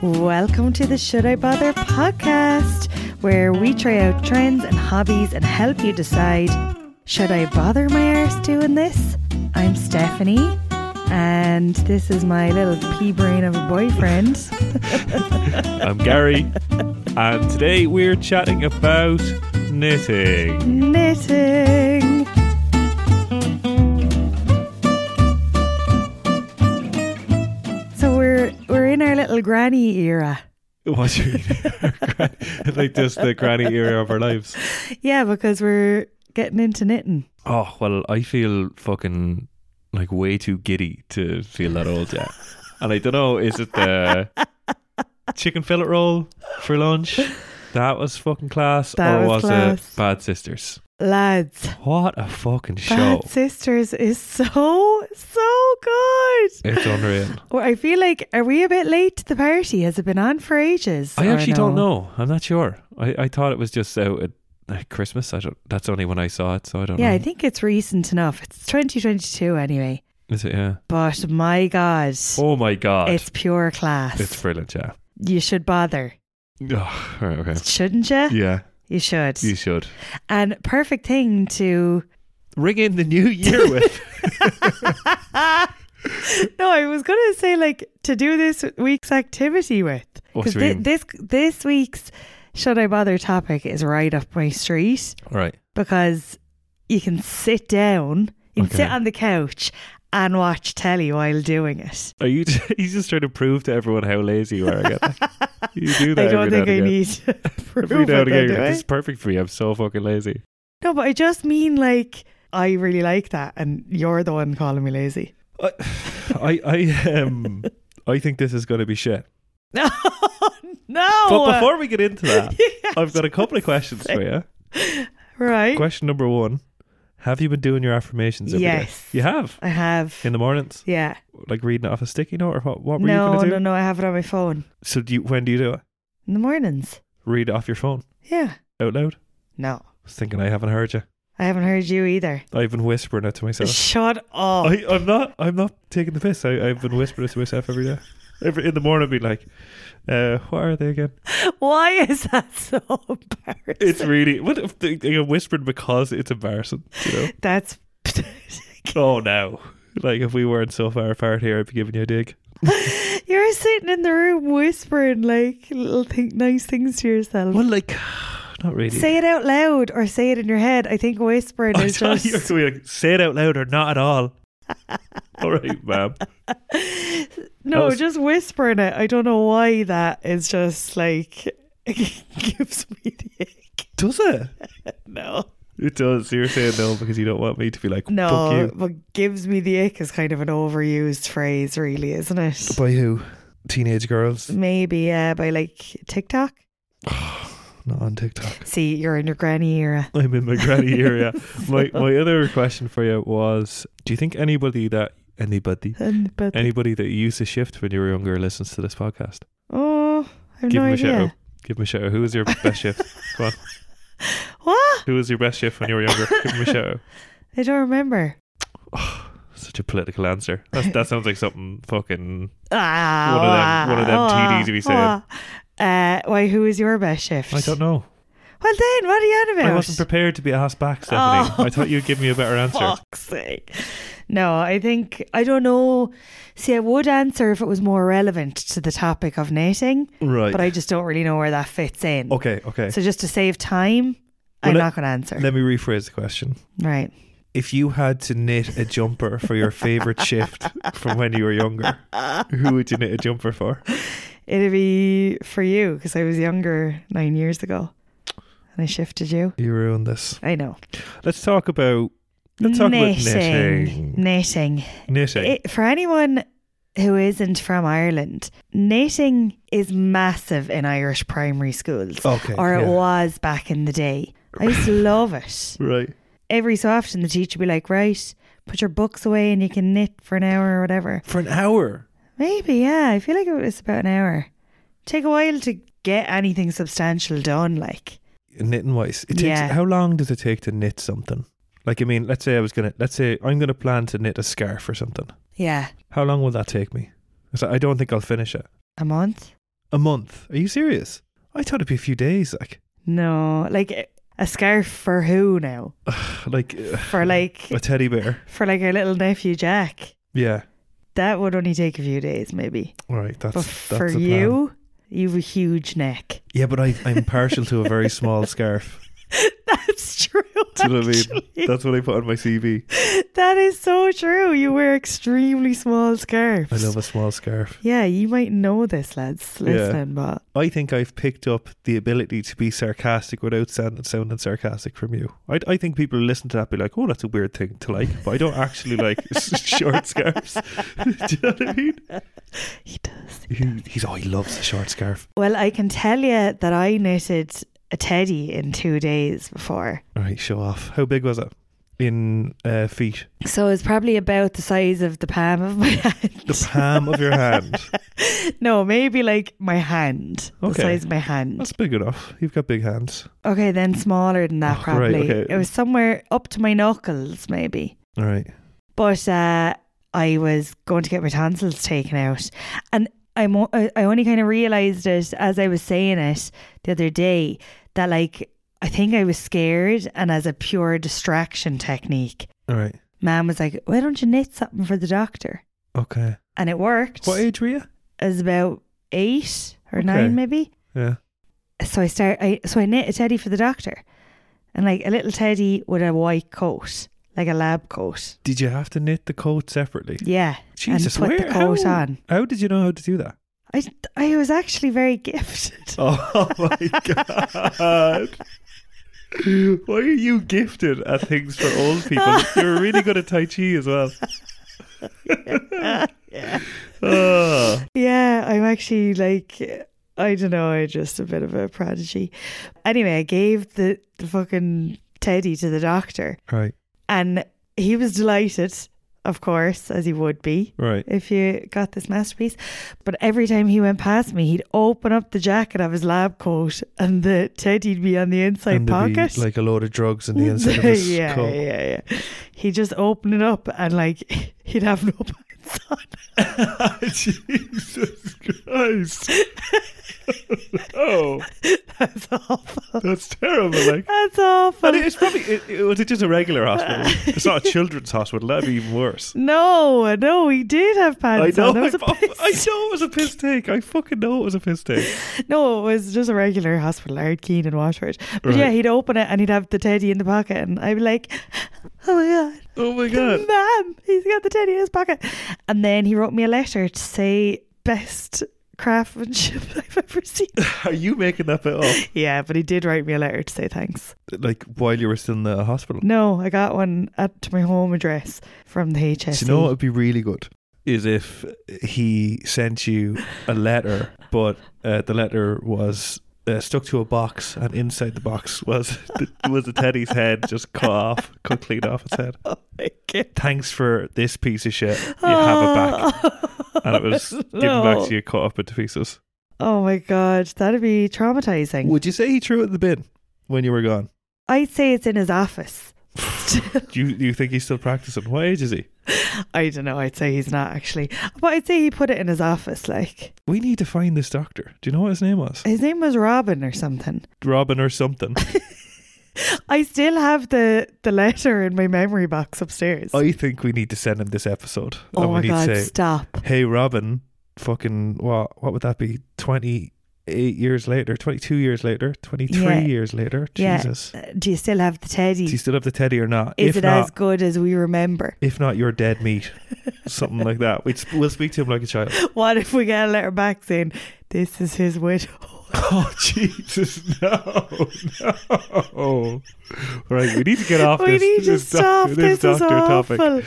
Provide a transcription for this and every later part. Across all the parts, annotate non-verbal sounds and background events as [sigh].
Welcome to the Should I Bother podcast, where we try out trends and hobbies and help you decide should I bother my arse doing this? I'm Stephanie, and this is my little pea brain of a boyfriend. I'm Gary, and today we're chatting about knitting. knitting. So we're we're in our little granny era. [laughs] What do you [laughs] like this the granny era of our lives? Yeah, because we're getting into knitting. Oh well, I feel fucking like way too giddy to feel that old yet, and I don't know. Is it the chicken fillet roll for lunch? That was fucking class, That or was was, class. it Bad Sisters? Lads, What a fucking show! Bad Sisters is so, so good. It's unreal. Well, I feel like, are we a bit late to the party? Has it been on for ages? I or actually don't no? know. I'm not sure. I, I thought it was just out at uh, Christmas. I don't. That's only when I saw it, so I don't Yeah, know. I think it's recent enough. It's 2022 anyway. Is it? Yeah. But my God, Oh my god. it's pure class. It's brilliant. Yeah. you should bother, Oh, right, okay. shouldn't you? Yeah, You should. you should and perfect thing to. [laughs] ring in the new [laughs] year with. No, I was going to say like to do this week's activity with. What do you thi- mean? this this week's should I bother topic is right up my street. All right. because you can sit down, you can sit Okay. on the couch and watch telly while doing it. Are you? [laughs] you just trying to prove to everyone how lazy you are. I [laughs] get that. You do that. I don't every think now I and again. need to [laughs] Every prove now it, and though, again, do I? this is perfect for me. I'm so fucking lazy. No, but I just mean like I really like that, and you're the one calling me lazy. [laughs] I I um I think this is going to be shit. No, no. But [laughs] before we get into that, Yeah, I've got a couple of questions for you. right, [laughs] Question number one: Have you been doing your affirmations? every day? Yes. you have I have. in the mornings, Yeah. like reading it off a sticky note, or what? What were you No, going to do? no, no. I have it on my phone So, do you, when do you do it? in the mornings. Read it off your phone Yeah. out loud. I No, was thinking I haven't heard you. I haven't heard you either. I've been whispering it to myself. Shut up. I, I'm not. I'm not taking the piss. I, I've been whispering it to myself every day. Every in the morning, I'd be like, uh, "What are they again?" Why is that so embarrassing? It's really what if they, they whispered because it's embarrassing. You know? That's [laughs] Oh no! Like if we weren't so far apart here, I'd be giving you a dig. you're sitting in the room whispering like little think nice things to yourself. Well, like, [sighs] not really. Say it out loud or say it in your head. I think whispering [laughs] I is thought you were just gonna be like, say it out loud or not at all. [laughs] all right, ma'am. [laughs] no, was- just whispering it. I don't know why that is just like [laughs] gives me the ick. Does it? No, It does. You're saying no because you don't want me to be like, fuck no, you. but gives me the ick is kind of an overused phrase, really, isn't it? By who? Teenage girls? Maybe yeah, by like TikTok. Not on TikTok. See, you're in your granny era. [laughs] I'm in my granny [laughs] area. My my other question for you was: Do you think anybody that anybody And, but anybody that you used to shift when you were younger listens to this podcast? oh, I have Give no them a shout out. idea. Give them a shout out. Who was your best shift? [laughs] Come on. [laughs] What? Who was your best shift when you were younger? Give them a shout out. I don't remember. Such a political answer. That's, that sounds like something fucking Ah, One of them- one of them TDs you be saying. Uh, why? Who is your best shift? I don't know. Well, then, what are you on about? I wasn't prepared to be asked back, Stephanie. Oh, I thought you'd give me a better answer. Fuck's sake. No, I think I don't know. See, I would answer if it was more relevant to the topic of knitting, Right. but I just don't really know where that fits in. okay, okay. So just to save time, I'm Well, not going to answer. Let me rephrase the question. right. If you had to knit a jumper for your favorite shift from when you were younger, who would you knit a jumper for? It'd be for you because I was younger nine years ago, and I shifted you. You ruined this. I know. Let's talk about let's talk about knitting. knitting. Knitting. Knitting. It, for anyone who isn't from Ireland, knitting is massive in Irish primary schools, okay. or it Oh, yeah. was back in the day. I used [sighs] to love it. Right. Every so often, the teacher would be like, "Right, put your books away and you can knit for an hour or whatever." For an hour. Maybe, yeah. I feel like it was about an hour. Take a while to get anything substantial done, like. knitting wise it takes Yeah. how long does it take to knit something like i mean let's say i was gonna let's say i'm gonna plan to knit a scarf or something Yeah, how long will that take me 'Cause i don't think i'll finish it a month. a month. Are you serious? I thought it'd be a few days. Like, [sighs] No, like a scarf for who now? like uh, [laughs] For like a teddy bear. for like our little nephew Jack. Yeah. That would only take a few days, maybe. All right. That's But that's for the plan. you, you've a huge neck. [laughs] Yeah, but I, I'm partial to a very [laughs] small scarf. That's true. Do you know what I actually. mean? That's what I put on my CV. [laughs] That is so true. You wear extremely small scarves. I love a small scarf. Yeah, you might know this, lads. Yeah. Listen, but I think I've picked up the ability to be sarcastic without sound- sounding sarcastic from you. I, I think people who listen to that be like, oh, that's a weird thing to like, but I don't actually [laughs] like short scarves. Do you know what I mean? [laughs] he does. He, he's, oh, he loves a short scarf. Well, I can tell you that I knitted a teddy in two days before. All right, show off. How big was it in uh, feet? So it's probably about the size of the palm of my [laughs] hand. The palm of your hand. [laughs] no, maybe like my hand. The Okay. size of my hand. That's big enough. You've got big hands. Okay, then smaller than that, Oh, right, probably. okay. It was somewhere up to my knuckles, maybe. All right. But uh, I was going to get my tonsils taken out, and I'm o- I I only kind of realized it as I was saying it the other day that like I think I was scared, and as a pure distraction technique, All right. Mom was like, "Why don't you knit something for the doctor?" Okay. And it worked. What age were you? I was about eight or Okay. nine, maybe. Yeah. So I start. I so I knit a teddy for the doctor, and like a little teddy with a white coat, like a lab coat. Did you have to knit the coat separately? Yeah, Jesus, and put where? the coat how, on. How did you know how to [laughs] do that? I, I was actually very gifted. Oh my god. [laughs] Why are you gifted at things for old people? You're really good at Tai Chi [laughs] as well. yeah. Ah. [laughs] yeah, I'm actually like, I don't know, I'm just a bit of a prodigy. Anyway, I gave the, the fucking teddy to the doctor Right, and he was delighted, of course, as he would be right. if you got this masterpiece. But every time he went past me, he'd open up the jacket of his lab coat and the teddy'd be on the inside And there'd be, pocket. like a load of drugs in the [laughs] inside of his yeah, coat. yeah, yeah. He'd just open it up and like [laughs] he'd have no pants on. [laughs] Jesus Christ. [laughs] oh, That's awful. that's terrible. Like, That's awful. and it's probably, it, it- was it just a regular hospital? It's not a children's hospital. That'd be even worse. no, no, he did have I pants know, on. That was a I, I piss. know it was a piss take. I fucking know it was a piss take. [laughs] No, it was just a regular hospital, Ard Keane in Waterford. But yeah, Right. he'd open it and he'd have the teddy in the pocket, and I'd be like, "Oh my god, Oh my god. [laughs] [laughs] ma'am, he's got the teddy in his pocket." And then he wrote me a letter to say, "Best craftsmanship [laughs] I've ever [laughs] seen." Are you making that bit up? yeah, but he did write me a letter to say thanks. Like while you were still in the hospital? No, I got one at to my home address from the E. HSE. Do you know what would be really good? Is if he sent you a letter, but uh, the letter was uh, stuck to a box, and inside the box was [laughs] the, was the teddy's head just cut off, cut clean off its head. [laughs] Oh my god. Thanks for this piece of shit. You have it back, back. and [laughs] it was given back to you, cut up into pieces. Oh my god, that'd be traumatizing. Would you say he threw it in the bin when you were gone? I'd say it's in his office. Do you do you think he's still practicing? What age is he? I don't know. I'd say he's not actually, but I'd say he put it in his office. Like We need to find this doctor. Do you know what his name was? his name was Robin or something. Robin or something. I still have the the letter in my memory box upstairs. I think we need to send him this episode. Oh and we my need god, to say, stop! hey, Robin, fucking, what, what would that be? 28 years later, 22 years later, 23 Yeah. years later. Yeah. Jesus. Uh, Do you still have the teddy? Do you still have the teddy or not? Is if it not, as good as we remember? if not, you're dead meat. Something like that. We'd sp- we'll speak to him like [laughs] a child. What if we get a letter back saying this is his widow? Oh, Jesus. [laughs] No. No. Right. We need to get off we this. need to this doc- stop. this is doctor awful. topic.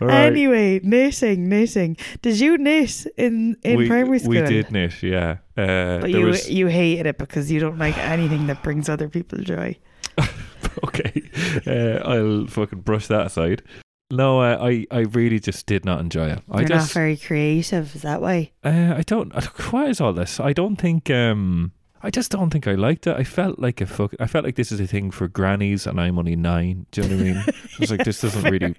All right. Anyway, knitting, knitting. Did you knit in in we, primary school? We did knit, yeah. Uh, But there you was, you hated it because you don't like anything that brings other people joy. [laughs] okay, uh, I'll fucking brush that aside. No, uh, I, I really just did not enjoy it. I You're not just, very creative. Is that why? [laughs] uh, I don't. What is all this? I don't think. Um, I just don't think I liked it. I felt like a fuck. I felt like this is a thing for grannies, and I'm only nine. Do you know what I mean? I was like, [laughs] this doesn't really,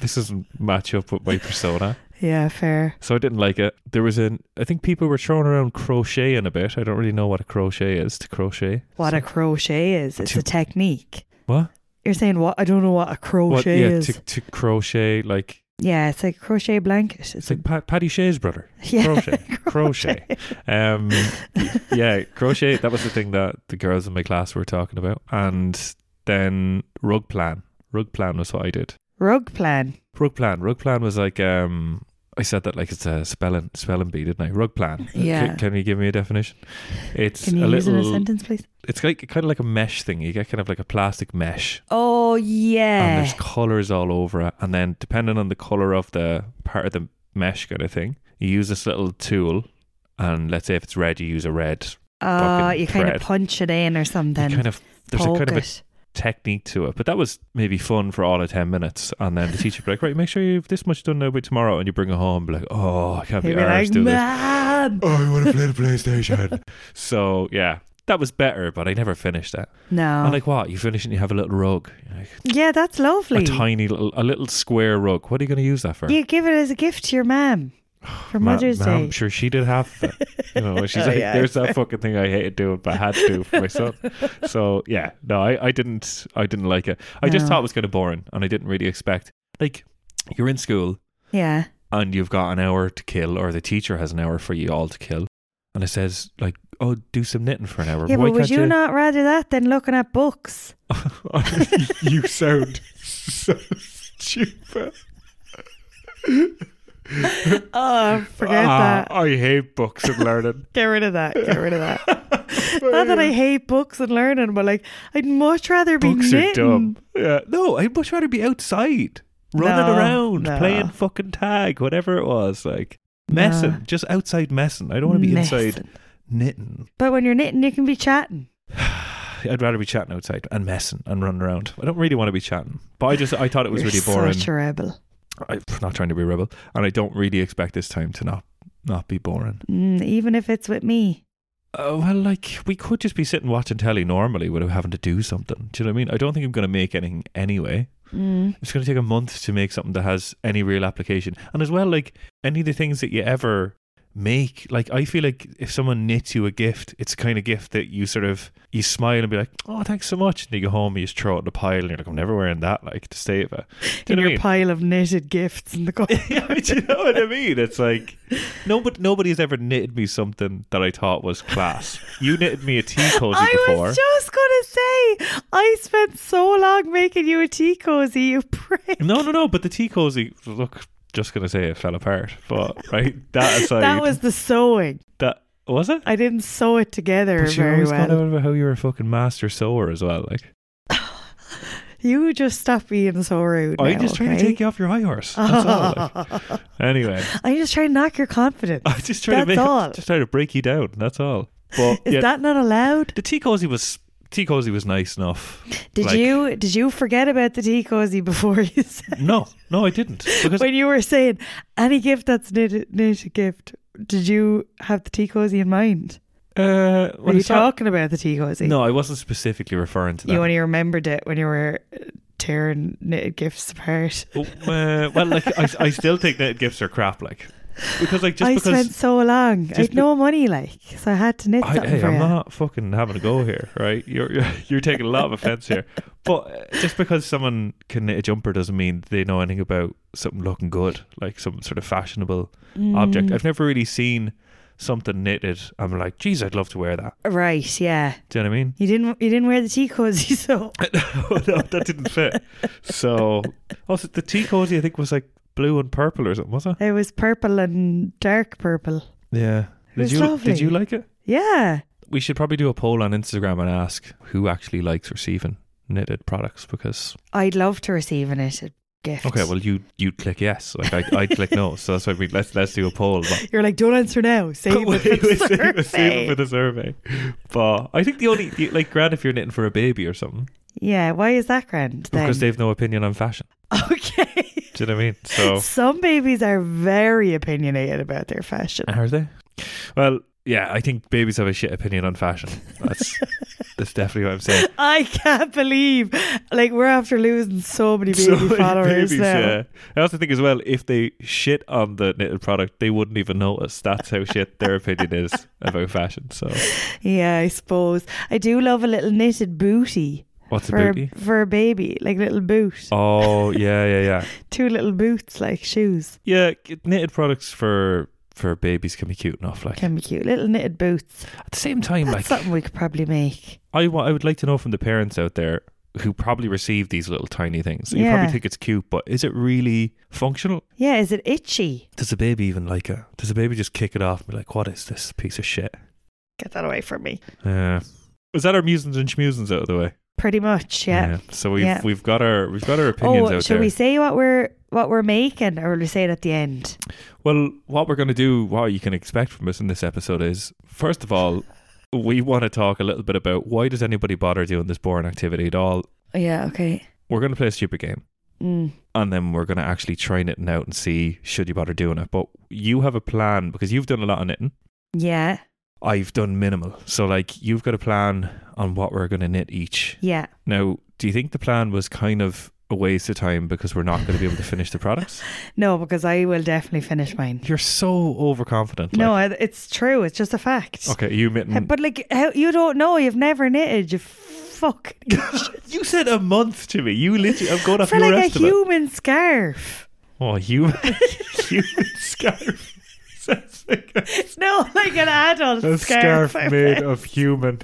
this doesn't match up with my persona. Yeah, fair. So I didn't like it. There was an, I think people were throwing around crocheting a bit. I don't really know what a crochet is. To crochet, What a crochet is, it's a technique. what? You're saying what? I don't know what a crochet what? Yeah, is. to, to crochet like yeah, it's like a crochet blanket. It's it's like pa- Paddy Shea's brother. [laughs] yeah. [laughs] crochet, crochet. Um, yeah, crochet. That was the thing that the girls in my class were talking about. And then rug plan. Rug plan was what I did. Rug plan. Rug plan. Rug plan was like um, I said that like it's a spelling spelling bee, didn't I? Rug plan. C- Yeah. Can, you give me a definition? It's Can you a use it in a little. sentence, please? it's like kind of like a mesh thing. You get kind of like a plastic mesh. Oh And yeah. there's colours all over it. And then depending on the colour of the part of the mesh kind of thing, you use this little tool and let's say if it's red, you use a red. Oh, fucking you kind thread. of punch it in or something. you kind of there's a poke kind of a it. technique to it. But that was maybe fun for all of ten minutes. And then the teacher would be like, Right, make sure you've this much done now by tomorrow and you bring it home be like, Oh, I can't He'd be be arsed like, do this. Mom. [laughs] Oh, I wanna play the PlayStation. [laughs] so yeah. That was better, but I never finished it. No. And like what? You finish it and you have a little rug. You're like, yeah, that's lovely. a tiny little a little square rug. What are you gonna use that for? You give it as a gift to your mom for Ma- Mother's ma'am, Day. sure she did half of it. You [laughs] know, she's Oh, like, yeah. there's that fucking thing I hated doing, but I had to do for my son. So yeah, no, I, I didn't, I didn't like it. I just No. thought it was kind of boring, and I didn't really expect like you're in school [laughs] Yeah. and you've got an hour to kill, or the teacher has an hour for you all to kill, and it says like, oh, do some knitting for an hour. Yeah, Why but would can't you, not rather that than looking at books? [laughs] you sound so stupid. Oh, forget Ah, that. I hate books and learning. Get rid of that. Get rid of [laughs] that. [laughs] not that I hate books and learning, but like I'd much rather be books knitting. are dumb. Yeah. No, I'd much rather be outside, running No, around, no. playing fucking tag, whatever it was, like messing, No. just outside messing. I don't want to be inside Messing. knitting. But when you're knitting, you can be chatting. I'd rather be chatting outside and messing and running around. I don't really want to be chatting, but I just I thought it was You're really boring. Such a rebel. I'm not trying to be a rebel, and I don't really expect this time to not not be boring. Mm, even if it's with me. Uh, well, like we could just be sitting watching telly normally without having to do something. Do you know what I mean? I don't think I'm going to make anything anyway. Mm. it's going to take a month to make something that has any real application. And as well, like any of the things that you ever make, like I feel like if someone knits you a gift, it's the kind of gift that you sort of you smile and be like, "Oh, thanks so much," and you go home and you just throw it in a pile, and you're like, "I'm never wearing that." Like to stay with. Do in you know your what I mean? pile of knitted gifts [laughs] in the corner. Yeah, [laughs] do you know what I mean? It's like nobody nobody's ever knitted me something that I thought was class. You knitted me a tea cozy [laughs] I before. was just gonna say, I spent so long making you a tea cozy, you prick. no, no, no. But the tea cozy, look, just gonna say it fell apart. But right, [laughs] that [laughs] aside, That was the sewing. That was it. I didn't sew it together But you very always gone well. on about how you're a fucking master sewer as well. Like You just stop being so rude. I'm just trying to take "Oh, you off your high horse. [laughs] That's all. like. Anyway, [laughs] I'm just trying to knock your confidence. I just trying to That's make, all. just trying to break you down. That's all. But Is yeah, that not allowed? the tea cozy was tea cozy was nice enough. [laughs] Did Like- you did you forget about the tea cozy before you [laughs] said No, no, I didn't because when you were saying any gift that's knitted knitted gift? Did you have the tea cozy in mind? uh, Were when I you saw- talking about the tea cozy? No, I wasn't specifically referring to that. You only remembered it when you were uh, tearing knitted gifts apart. Oh, uh, well, like I, I still think that gifts are crap. Like because like just I because spent so long. I just had be- no money, like, so I had to knit I, something hey, for I'm you. not fucking having a go here, right? You're you're, [laughs] you're taking a lot of offense here. But uh, just because someone can knit a jumper doesn't mean they know anything about something looking good, like some sort of fashionable Mm. object. I've never really seen something knitted. I'm like, geez, I'd love to wear that. Right? Yeah. Do you know what I mean? [laughs] You didn't. You didn't wear the tea cozy, [laughs] so no, no, that didn't fit. So [laughs] also the tea cozy, I think, was like blue and purple or something, was it? it was purple and dark purple. Yeah. It was did you lovely. did you like it? Yeah. We should probably do a poll on Instagram and ask who actually likes receiving knitted products because I'd love to receive an knitted gift. Okay, well you you click yes, like I I click no, so that's why we let's let's do a poll. But you're like, don't answer [laughs] now. Save it for the Save it- save it survey. for the survey. But I think the only the, like grant if you're knitting for a baby or something Yeah. Why is that grand? Then? because they've no opinion on fashion. [laughs] okay. Do you know what I mean? So Ah, Some babies [laughs] are very opinionated about their fashion. are they? Well, yeah, I think babies have a shit opinion on fashion. [laughs] That's that's definitely what I'm saying. I can't believe, like, we're after losing so many baby So [laughs] many followers babies, now. yeah. I also think as well, if they shit on the knitted product, they wouldn't even notice. That's how shit their opinion is about fashion. So Yeah, I suppose. I do love a little knitted booty what's a for booty? for a baby, like little boot, Oh yeah, yeah, yeah. two little boots, like shoes, Yeah, k- knitted products for for babies can be cute enough. Like can be cute. Little knitted boots. at the same time, That's like something we could probably make. I wa- I would like to know from the parents out there who probably receive these little tiny things. You Yeah. probably think it's cute, but is it really functional? Yeah, is it itchy? Does the baby even like it? Does the baby just kick it off and be like, "What is this piece of shit"? Uh, Get that away from me. Yeah. Was that our musings and schmusings out of the way? Pretty much, yeah. So we've Yeah. we've got our we've got our opinions Oh, out should there. we say what we're what we're making, or will we say it at the end? Well, what we're going to do, what you can expect from us in this episode is, first of all, we want to talk a little bit about why does anybody bother doing this boring activity at all? Oh, Yeah. Okay. We're going to play a stupid game. Mm. And then we're going to actually try knitting out and see should you bother doing it. But you have a plan because you've done a lot of knitting. Yeah. I've done minimal. So, like, you've got a plan on what we're going to knit each. Yeah. Now, do you think the plan was kind of a waste of time because we're not going to be able to finish the products? No, because I will definitely finish mine. [laughs] You're so overconfident. No, like- I, it's true. It's just a fact. okay, mm. you knitting. Uh, But like, how, you don't know. You've never knitted. You fuck You said a month to me. You literally, I'm going off for your like a estimate. human scarf. oh, [laughs] human, human scarf. [laughs] Sounds like a, No, [laughs] like an adult scarf. I meant- of human.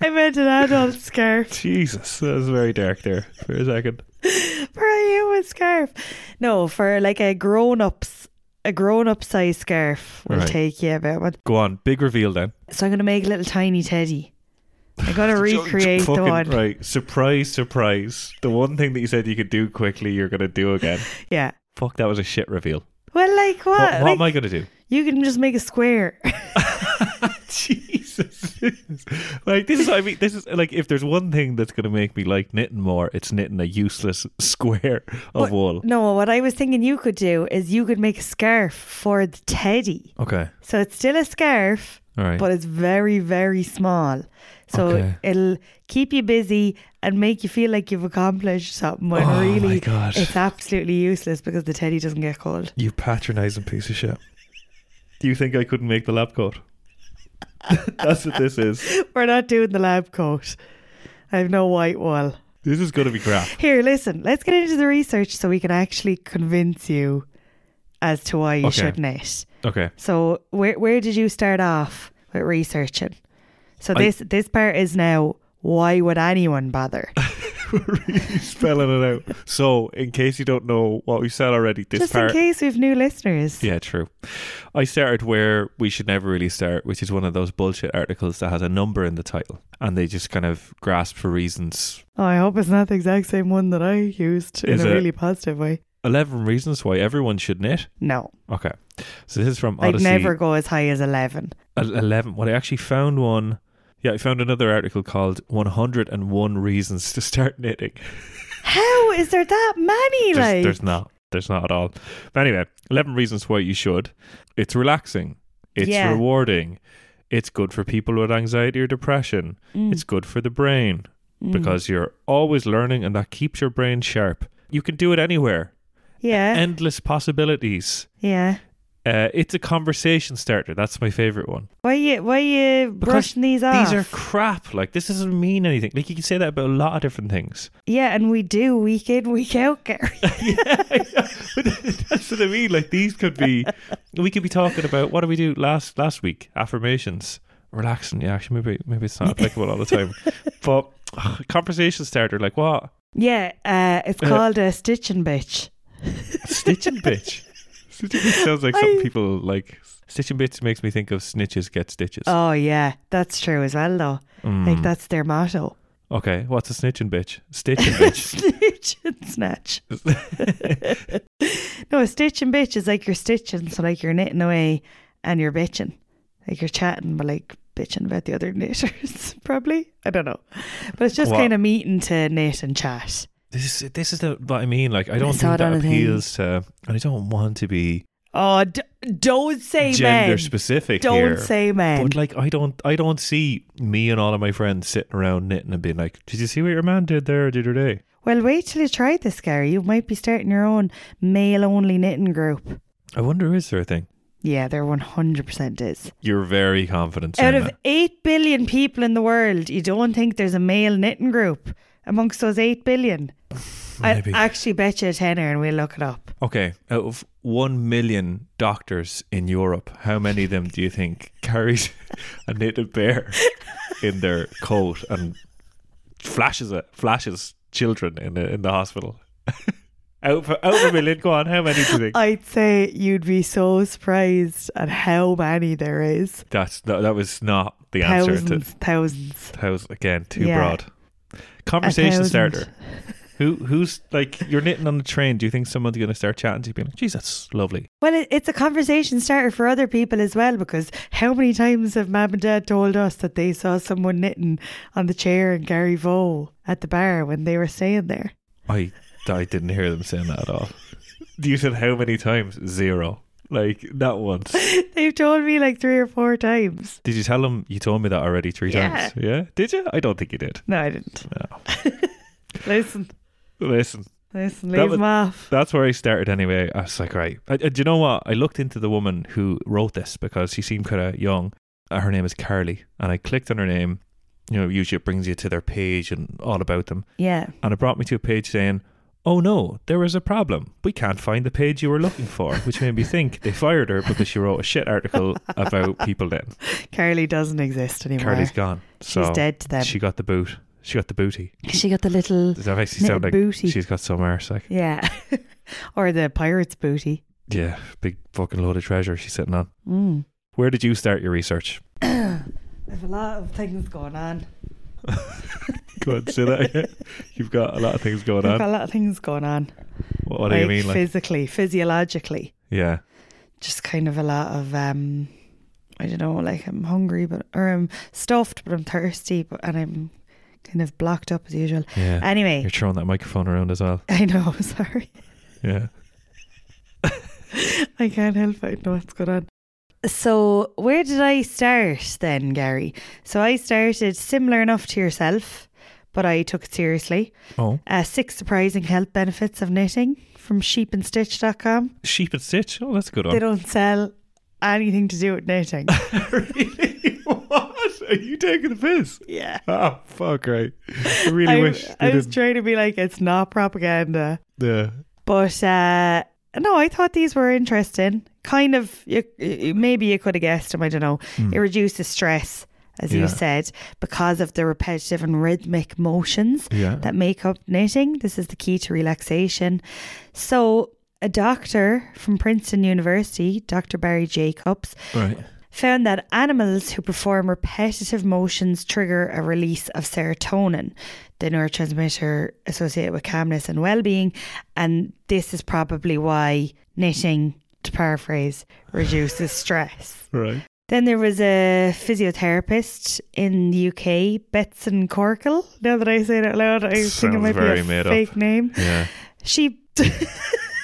I meant an [laughs] adult scarf Jesus, that was very dark there for a second. for a human scarf. No, for like a grown ups, a grown up size scarf will Right. take you about. One. Go on, big reveal then. So I'm gonna make a little tiny teddy. I'm [laughs] gonna recreate the Fucking- one. Right, surprise, surprise. The one thing that you said you could do quickly, you're going to do again. Yeah. [laughs] Fuck, that was a shit reveal. Well, like what? What, what like, am I going to do? you can just make a square. [laughs] [laughs] Jesus. like this is what I mean this is like if there's one thing that's gonna make me like knitting more, it's knitting a useless [laughs] square of But- wool. no, what I was thinking you could do is you could make a scarf for the teddy. Okay. So it's still a scarf, All right. but it's very very small so Okay. it'll keep you busy and make you feel like you've accomplished something when Oh really my God. it's absolutely useless because the teddy doesn't get cold [laughs] you patronizing piece of shit. Do you think I couldn't make the lab coat? [laughs] That's what this is. we're not doing the lab coat i have no white wall This is gonna be crap. here listen let's get into the research so we can actually convince you as to why you Okay. should knit Okay. so where, where did you start off with researching so I- this this part is now why would anyone bother We're really spelling it out. So in case you don't know what we said already, [laughs] this just part in case we've new listeners Yeah, true. I started where we should never really start, which is one of those bullshit articles that has a number in the title and they just kind of grasp for reasons. Oh, I hope it's not the exact same one that I used Is in a it? really positive way. 11 reasons why everyone should knit. No, Okay. So this is from I'd Odyssey never go as high as 11. el- 11. What I actually found one. Yeah, I found another article called 101 Reasons to Start Knitting. How is there that many? There's, like, there's not. There's not at all. But anyway, 11 reasons why you should. It's relaxing. It's Yeah. rewarding. It's good for people with anxiety or depression. Mm, It's good for the brain mm. because you're always learning and that keeps your brain sharp. You can do it anywhere. Yeah, Endless possibilities. yeah. Uh, it's a conversation starter. That's my favorite one. Why you, why you brushing these off? These are crap. Like this doesn't mean anything. Like you can say that about a lot of different things. yeah, and we do week in, week out, [laughs] Gary. but [laughs] that's what I mean. Like these could be. We could be talking about what did we do last last week? Affirmations, relaxing. Yeah, actually, maybe maybe it's not applicable all [laughs] the time. But ugh, conversation starter. Like what? yeah, uh, it's Uh, called a stitching bitch. Stitching bitch. Stitching bitch sounds like some I- people like. Stitching bitch makes me think of snitches get stitches. Oh, yeah, that's true as well, though. Mm. Like, that's their motto. [laughs] Okay, what's a snitching bitch? Stitching bitch. Stitch and [laughs] snatch. no, a stitch and bitch is like you're stitching, so like you're knitting away and you're bitching. Like you're chatting, but like bitching about the other knitters, [laughs] probably. I don't know. But it's just What? kind of meeting to knit and chat. this is this is the, what I mean. Like I don't saw it think on that a thing. appeals to, and I don't want to be Oh, d- don't say gender men. specific Don't here. say men. But like I don't I don't see me and all of my friends sitting around knitting and being like, Did you see what your man did there the other day? Well, wait till you try this, Gary. You might be starting your own male only knitting group. I wonder is there a thing? Yeah, there 100% is. You're very confident. Out saying of that. 8 billion people in the world, you don't think there's a male knitting group amongst those 8 billion? I [sighs] Maybe. actually bet you a tenner and we'll look it up. Okay, out of one million doctors in Europe, how many of them do you think [laughs] carries a knitted bear in their coat and flashes it, flashes children in the in the hospital? [laughs] out for out of a million, go on. How many do you think? I'd say you'd be so surprised at how many there is. That's no, that was not the answer Thousands, thousands. to thousands again. Too Yeah. broad. A Conversation thousand. [laughs] starter. Who who's like you're knitting on the train? Do you think someone's going to start chatting to you? Being like, "Geez, that's lovely." Well, it, it's a conversation starter for other people as well because how many times have mum and dad told us that they saw someone knitting on the chair in Gary Vaux at the bar when they were staying there? [laughs] I I didn't hear them saying that at all. [laughs] You said how many times? Zero. Like not once. They've told me like three or four times. Did you tell them you told me that already three Yeah. times? Yeah. Did you? I don't think you did. No, I didn't. No. [laughs] Listen, Listen, listen, That leave was- them off. that's where I started anyway. I was like, right. I, I- do you know what? I looked into the woman who wrote this because she seemed kind of young. Uh, Her name is Carly, and I clicked on her name. You know, usually it brings you to their page and all about them. Yeah. and it brought me to a page saying, "Oh no, there is a problem. We can't find the page you were looking for," which made me think they fired her because she wrote a shit article about people. Then Carly doesn't exist anymore. Carly's gone, so She's dead to them. She got the boot. She got the booty. She got the little, Does that make you little sound like booty. she's got some arse? Like, Yeah. [laughs] or the pirate's booty. yeah, big fucking load of treasure she's sitting on. Mm. Where did you start your research? [coughs] There's a lot of things going on. Go on, say that. [laughs] Again. You've got a lot of things going I've got on. a lot of things going on. um, What, do you mean? Like, physically, physiologically? yeah, Just kind of a lot of um, I don't know. Like I'm hungry, but or I'm stuffed, but I'm thirsty, but and I'm kind of blocked up as usual. yeah. Anyway, You're throwing that microphone around as well. [laughs] I know. Sorry, Yeah. I can't help. I know what's going on. So where did I start then, Gary? So I started similar enough to yourself, but I took it seriously. Oh, Uh, six surprising health benefits of knitting from sheepandstitch.com. sheep and stitch. Oh, that's a good one. [laughs] They don't sell anything to do with knitting. really? [laughs] What? Are you taking the piss? yeah. Oh, fuck, right. I [laughs] really I, wish. I they was didn't. trying to be like, it's not propaganda. yeah. But uh, no, I thought these were interesting. Kind of, you, you- maybe you could have guessed them, I don't know. It reduces stress, as Hmm. Yeah. you said, because of the repetitive and rhythmic motions Yeah. that make up knitting. This is the key to relaxation. So, a doctor from Princeton University, Dr. Barry Jacobs, right. found that animals who perform repetitive motions trigger a release of serotonin, the neurotransmitter associated with calmness and well being. And this is probably why knitting, to paraphrase, reduces stress. Right. Then there was a physiotherapist in the UK, Betson Corkle. Now that I say it out loud, I think it Sounds might be very a made up. fake name. Yeah. She [laughs]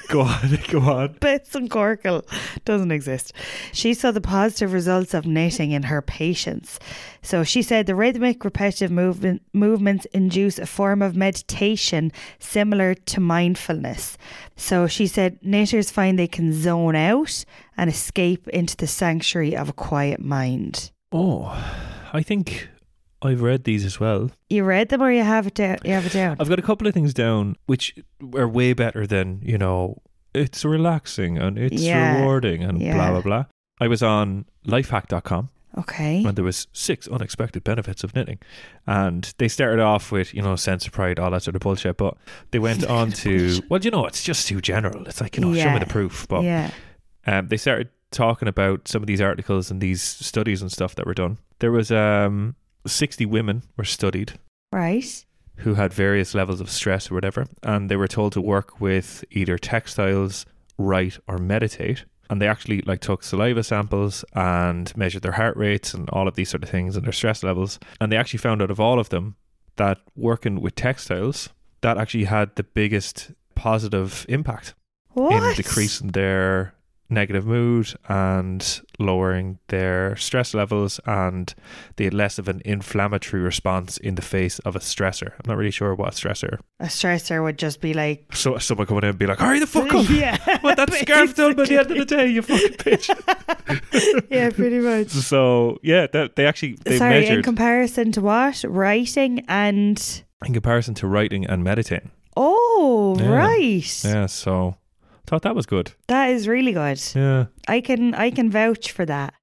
Go on. [laughs] Go on. Betson Corkle doesn't exist. She saw the positive results of knitting in her patients. So she said the rhythmic, repetitive movement, movements induce a form of meditation similar to mindfulness. So she said knitters find they can zone out and escape into the sanctuary of a quiet mind. Oh, I think I've read these as well. You read them or you have it down? You have it down. I've got a couple of things down which are way better than, you know, it's relaxing and it's Yeah. rewarding and blah, Yeah. blah, blah. I was on lifehack.com Okay. and there was six unexpected benefits of knitting and they started off with you know sense of pride all that sort of bullshit but they went on to well you know it's just too general it's like you know show Yeah. me the proof but yeah. um, they started talking about some of these articles and these studies and stuff that were done there was um 60 women were studied Right. who had various levels of stress or whatever and they were told to work with either textiles write or meditate and they actually like took saliva samples and measured their heart rates and all of these sort of things and their stress levels and they actually found out of all of them that working with textiles that actually had the biggest positive impact What? in decreasing their negative mood and lowering their stress levels and they had less of an inflammatory response in the face of a stressor. I'm not really sure what a stressor. A stressor would just be like, So someone coming in and be like, hurry the fuck [laughs] up. [laughs] yeah, What that scarf done by the end of the basically. day, you fucking [laughs] bitch. yeah, pretty much. so yeah, that, they actually they Sorry, in measured comparison to what? Writing and in comparison to writing and meditating. oh, Yeah. right. Yeah, so thought that was good. That is really good. Yeah. I can I can vouch for that.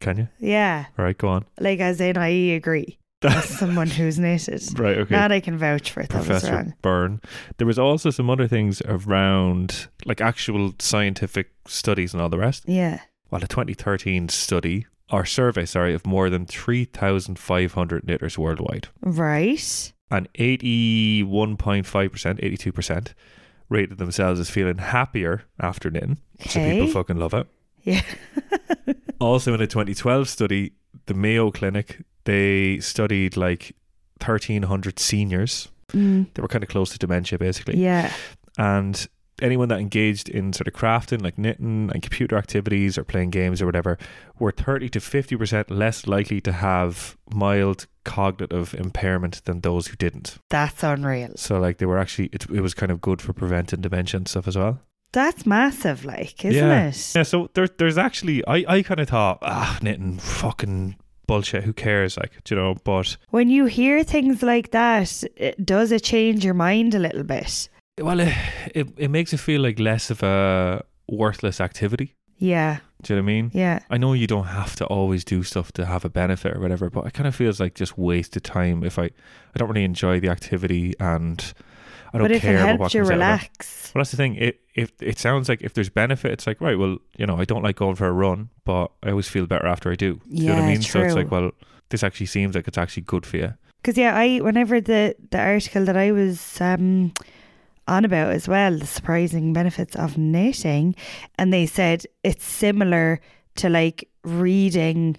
Can you? Yeah, All right, go on. [laughs] like as in I agree. As someone who's knitted, Right, okay. that I can vouch for. It. That was Professor wrong. Byrne. There was also some other things around like actual scientific studies and all the rest. Yeah. Well, a 2013 study or survey, sorry, of more than 3,500 knitters worldwide, Right. and 81.5%, 82% rated themselves as feeling happier after knitting. So people Okay. fucking love it. Yeah. [laughs] [laughs] also in a 2012 study the mayo clinic they studied like 1300 seniors Mm, they were kind of close to dementia basically yeah. and anyone that engaged in sort of crafting like knitting and computer activities or playing games or whatever were 30 to 50 percent less likely to have mild cognitive impairment than those who didn't That's unreal. so like they were actually it, it was kind of good for preventing dementia and stuff as well That's massive, like, isn't Yeah. it? Yeah, so there, there's actually, I, I kind of thought, ah, knitting, fucking bullshit, who cares? Like, do you know, but, When you hear things like that, it, does it change your mind a little bit? well, it, it, it makes it feel like less of a worthless activity. Yeah. Do you know what I mean? Yeah. I know you don't have to always do stuff to have a benefit or whatever, but it kind of feels like just wasted time if I, I don't really enjoy the activity and I don't But if care it about what helped you comes out of it. relax, Well, that's the thing. It if it sounds like if there's benefit, it's like right. Well, you know, I don't like going for a run, but I always feel better after I do. do you know what I Yeah, mean? So it's true. like, well, this actually seems like it's actually good for you. Because yeah, I whenever the the article that I was um, on about as well, the surprising benefits of knitting, and they said it's similar to like reading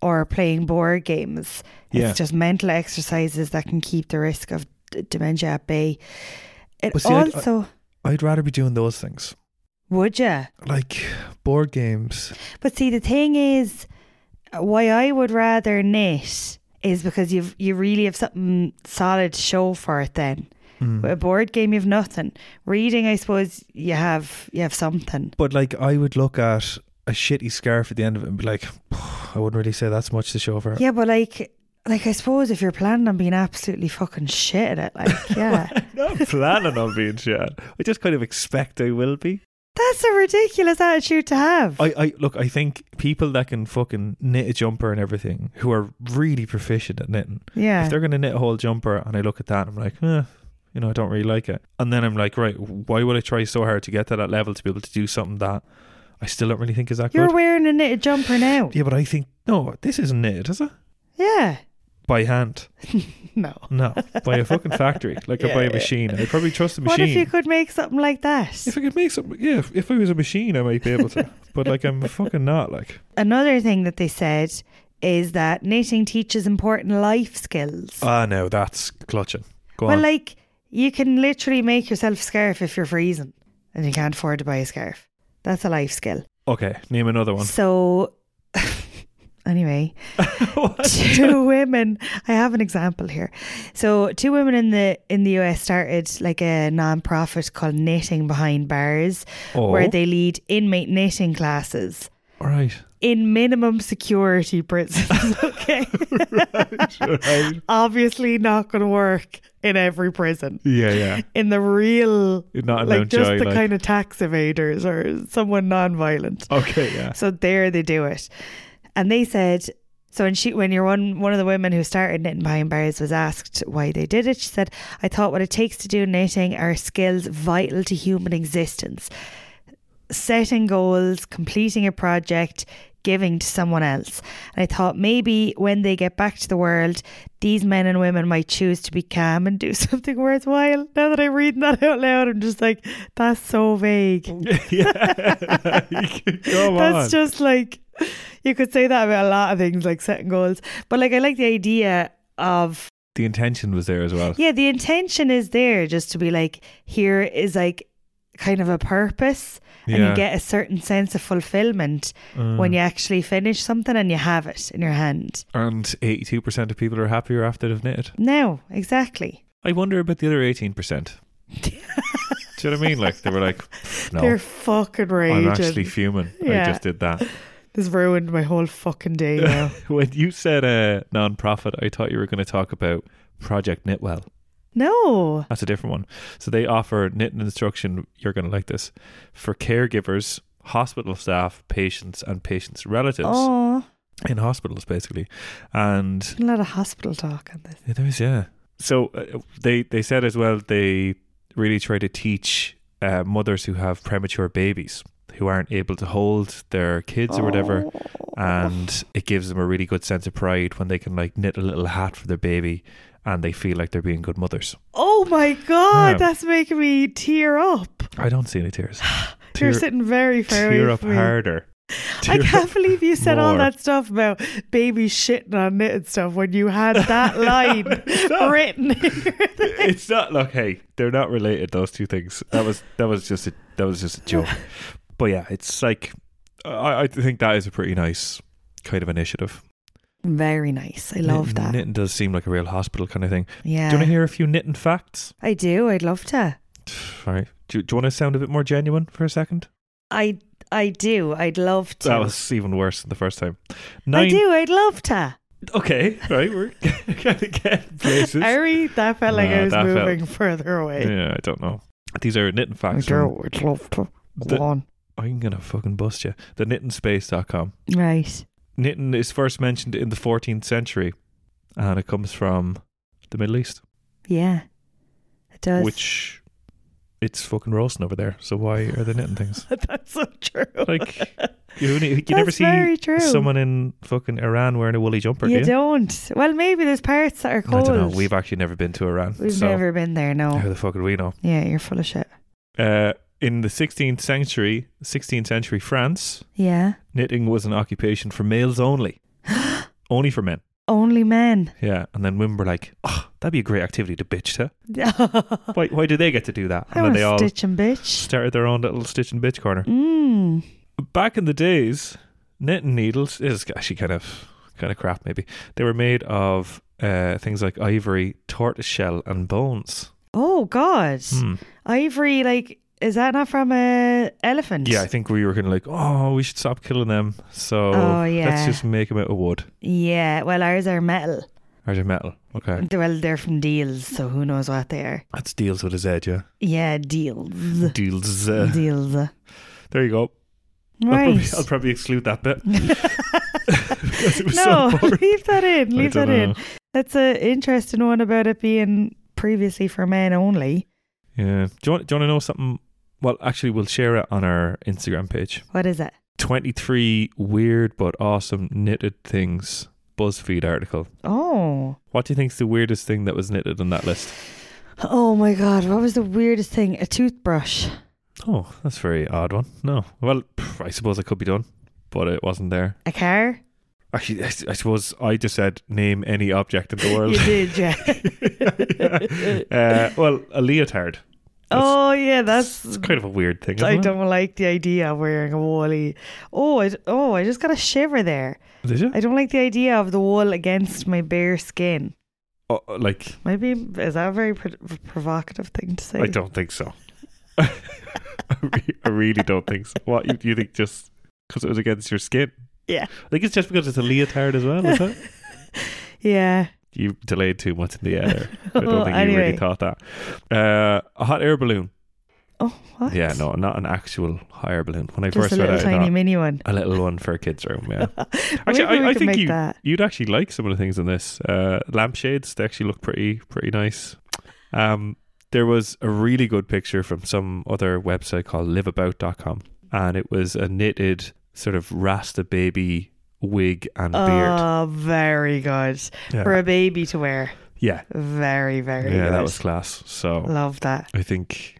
or playing board games. Yeah. It's just mental exercises that can keep the risk of d- dementia at bay. It But see, I- I- also I'd rather be doing those things would you? like board games. But see, the thing is, why I would rather knit is because you've you really have something solid to show for it. Then Hmm. With a board game, you've nothing. Reading, I suppose, you have you have something. But like, I would look at a shitty scarf at the end of it and be like, [sighs] I wouldn't really say that's much to show for. Yeah, but like. Like I suppose if you're planning on being absolutely fucking shit at it, like [laughs] yeah, Not planning on being shit. I just kind of expect I will be. that's a ridiculous attitude to have. I, I look. I think people that can fucking knit a jumper and everything, who are really proficient at knitting, yeah, if they're going to knit a whole jumper and I look at that and I'm like, eh, you know, I don't really like it. And then I'm like, right, why would I try so hard to get to that level to be able to do something that I still don't really think is that you're good? wearing a knitted jumper now. Yeah, but I think, no, this isn't knitted, is it? Yeah, By hand. [laughs] no. No, by a fucking factory, like or Yeah, by a yeah. machine. I probably trust the What machine. if you could make something like that? If I could make some, yeah, if, if I was a machine, I might be able [laughs] to. but like, I'm fucking not, like. Another thing that they said is that knitting teaches important life skills. Ah, no, that's clutching. Go well, on. like you can literally make yourself a scarf if you're freezing and you can't afford to buy a scarf. That's a life skill. okay, name another [laughs] one. So, anyway, [laughs] two women. I have an example here. So, two women in the in the US started like a non-profit called Knitting Behind Bars, Oh. where they lead inmate knitting classes All right. in minimum security [laughs] prisons. Okay. right. Obviously, not going to work in every prison. Yeah, yeah. In the real, Not an like just enjoy, the like- kind of tax evaders or someone non-violent. Okay, yeah. So there they do it, and they said. So when she, when you're one one of the women who started knitting behind bars was asked why they did it, she said, "I thought what it takes to do knitting are skills vital to human existence: setting goals, completing a project, giving to someone else. And I thought maybe when they get back to the world, these men and women might choose to be calm and do [laughs] something worthwhile. Now that I'm reading that out loud, I'm just like, that's so vague. [laughs] yeah. Go That's on. just like you could say that about a lot of things, like setting goals. But like I like the idea of the intention was there as well. yeah, the intention is there just to be like, here is like kind of a purpose and you get a certain sense of fulfillment Mm. when you actually finish something and you have it in your hand. and 82% of people are happier after they've knitted. No, exactly. I wonder about the other 18%. [laughs] Do you know what I mean? Like, they were like, no, They're fucking raging. I'm actually fuming. I Yeah. just did that. [laughs] this ruined my whole fucking day now. When you said uh, non-profit, I thought you were going to talk about Project Knitwell. no. That's a different one. So they offer knitting instruction, you're going to like this, for caregivers, hospital staff, patients and patients' relatives Oh, in hospitals, basically. And a lot of hospital talk on this. Yeah, there is, yeah. So uh, they they said as well they really try to teach uh, mothers who have premature babies who aren't able to hold their kids or Oh. whatever, Uh, and it gives them a really good sense of pride when they can like knit a little hat for their baby, and they feel like they're being good mothers. Oh my god, Yeah. that's making me tear up. I don't see any tears. You're Tear- sitting very far tear away up from me. harder. [laughs] I Tear up [laughs] can't believe you said all more. that stuff about babies shitting on knitted stuff when you had [laughs] that line written. [laughs] it's not look hey they're not related those two things that was that was just a that was just a [laughs] joke but yeah it's like i i think that is a pretty nice kind of initiative Very nice. I love knitting, that. knitting does seem like a real hospital kind of thing Yeah. do you want to hear a few knitting facts I do. I'd love to. all right do, do you want to sound a bit more genuine for a second I I do. I'd love to. that was even worse than the first time I do. I'd love to. okay right we're [laughs] gonna get places Ari, that felt like Nah, I was that felt- moving further away. yeah i don't know these are knitting I facts from- do. I'd love to. The- Go on. i'm gonna fucking bust you the knittingspace.com Right. Knitting is first mentioned in the 14th century, and it comes from the Middle East, Yeah. It does. which it's fucking roasting over there. So why are they [laughs] knitting things? [laughs] That's so true. Like you, you never That's see very true. someone in fucking Iran wearing a woolly jumper, you do you? don't. Well, maybe there's parts that are I cold. don't know. We've actually never been to Iran, We've so never been there. No. how the fuck would we know? Yeah, you're full of shit. Uh, in the 16th century, 16th century France, Yeah. [gasps] knitting was an occupation for males only, only for men. Only men. [laughs] Yeah, and then women were like, "Oh, that'd be a great activity to bitch to." I Why, why do they get to do that? And then want they to all stitch and bitch. started their own little stitch and bitch corner. Mm. Back in the days, knitting needles is actually kind of kind of crap. Maybe they were made of uh, things like ivory, tortoiseshell, and bones. Oh God. Hmm. Ivory, like, is that not from a elephant? Yeah, I think we were kind of like, oh, we should stop killing them. So Oh, let's yeah. just make them out of wood Yeah. Well, ours are metal. or just metal. Okay, Well, they're from deals, so who knows what they are. that's deals with his edge. Yeah, Yeah, deals. [laughs] deals. uh, Deals. there you go. I'll, Right. probably, I'll probably exclude [laughs] that bit. [laughs] Because it was so no, [laughs] boring. leave that in. I Leave that don't in. know. That's an interesting one about it being previously for men only. Yeah. Do you, want, do you want to know something? Well, actually, we'll share it on our Instagram page. What is it? 23 weird but awesome knitted things BuzzFeed article. Oh. What do you think's the weirdest thing that was knitted on that list? Oh my God. What was the weirdest thing? A toothbrush. Oh, that's a very odd one. No. Well, pff, I suppose it could be done, but it wasn't there. A car? Actually, I, s- I suppose I just said name any object in the world. You [laughs] did, yeah. [laughs] uh, well, a leotard. oh, yeah. That's. It's kind of a weird thing. Isn't I it? don't like the idea of wearing a woolly. Oh, I, oh, I just got a shiver there. Did you? I don't like the idea of the wool against my bare skin. Oh, like, Maybe is that a very pro- provocative thing to say? I don't think so. [laughs] I, re- I really don't think so. What you, you think? Just because it was against your skin? Yeah. I think it's just because it's a leotard as well. Is it? [laughs] Yeah. You delayed too much in the air. [laughs] I don't think you really Anyway. thought that. Uh, a hot air balloon. Oh, what? Yeah, no, not an actual hot air balloon. When I Just first a read little it, I tiny thought, mini one. a little one for a kid's room. [laughs] Yeah. Maybe Actually, we I, I could think make you that. you'd actually like some of the things in this. Uh, lampshades, they actually look pretty pretty nice. Um, there was a really good picture from some other website called liveabout.com and it was a knitted sort of rasta baby wig and beard. Oh, very good for Yeah. a baby to wear. Yeah, Very, very yeah, good. that was class. So Love that. I think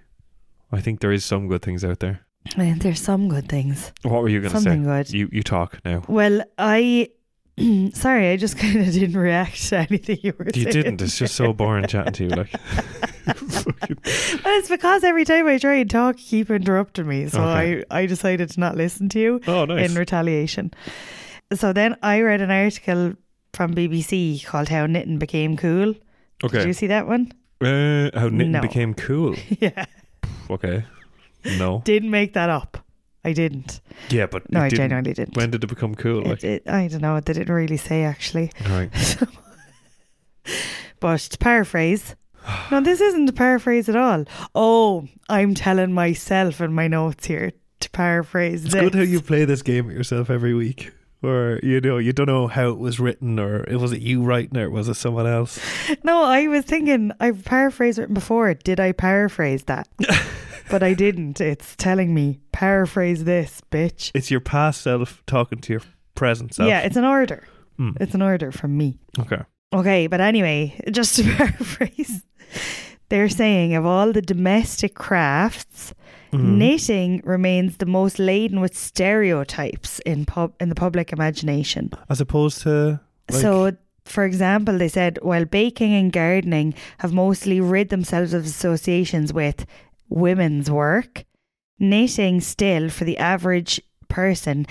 I think there is some good things out there. And there's some good things. What were you going to Something say? [laughs] good. You you talk now. Well, I [clears throat] Sorry, I just [laughs] kind of didn't react to anything you were saying. You didn't. It's just [laughs] so boring chatting to you. Like, Fucking- [laughs] Well, it's because every time I try and talk, you keep interrupting me. So Okay. I, I decided to not listen to you oh, nice. in retaliation. So then I read an article from BBC called How Knitting Became Cool. Did okay. you see that one? Uh, how knitting No. became cool. [laughs] yeah. Okay. No. Didn't make that up. I didn't. Yeah, but No, it I didn't- genuinely didn't. When did it become cool? Like, It- it- I don't know. They didn't really say, actually. [laughs] all right. But to paraphrase, no, this isn't a paraphrase at all. Oh, I'm telling myself in my notes here to paraphrase It's this. good how you play this game with yourself every week. Or you know, you don't know how it was written, or it was it you writing, or was it someone else? No, I was thinking I've paraphrased it before. Did I paraphrase [laughs] that? but I didn't. It's telling me paraphrase this, bitch. It's your past self talking to your present self. Yeah, it's an order. Hmm. It's an order from me. Okay. Okay, but anyway, [laughs] just to paraphrase, they're saying of all the domestic crafts, Mm-hmm. knitting remains the most laden with stereotypes in pub in the public imagination. As opposed to like, so, for example, they said while baking and gardening have mostly rid themselves of associations with women's work, knitting still for the average person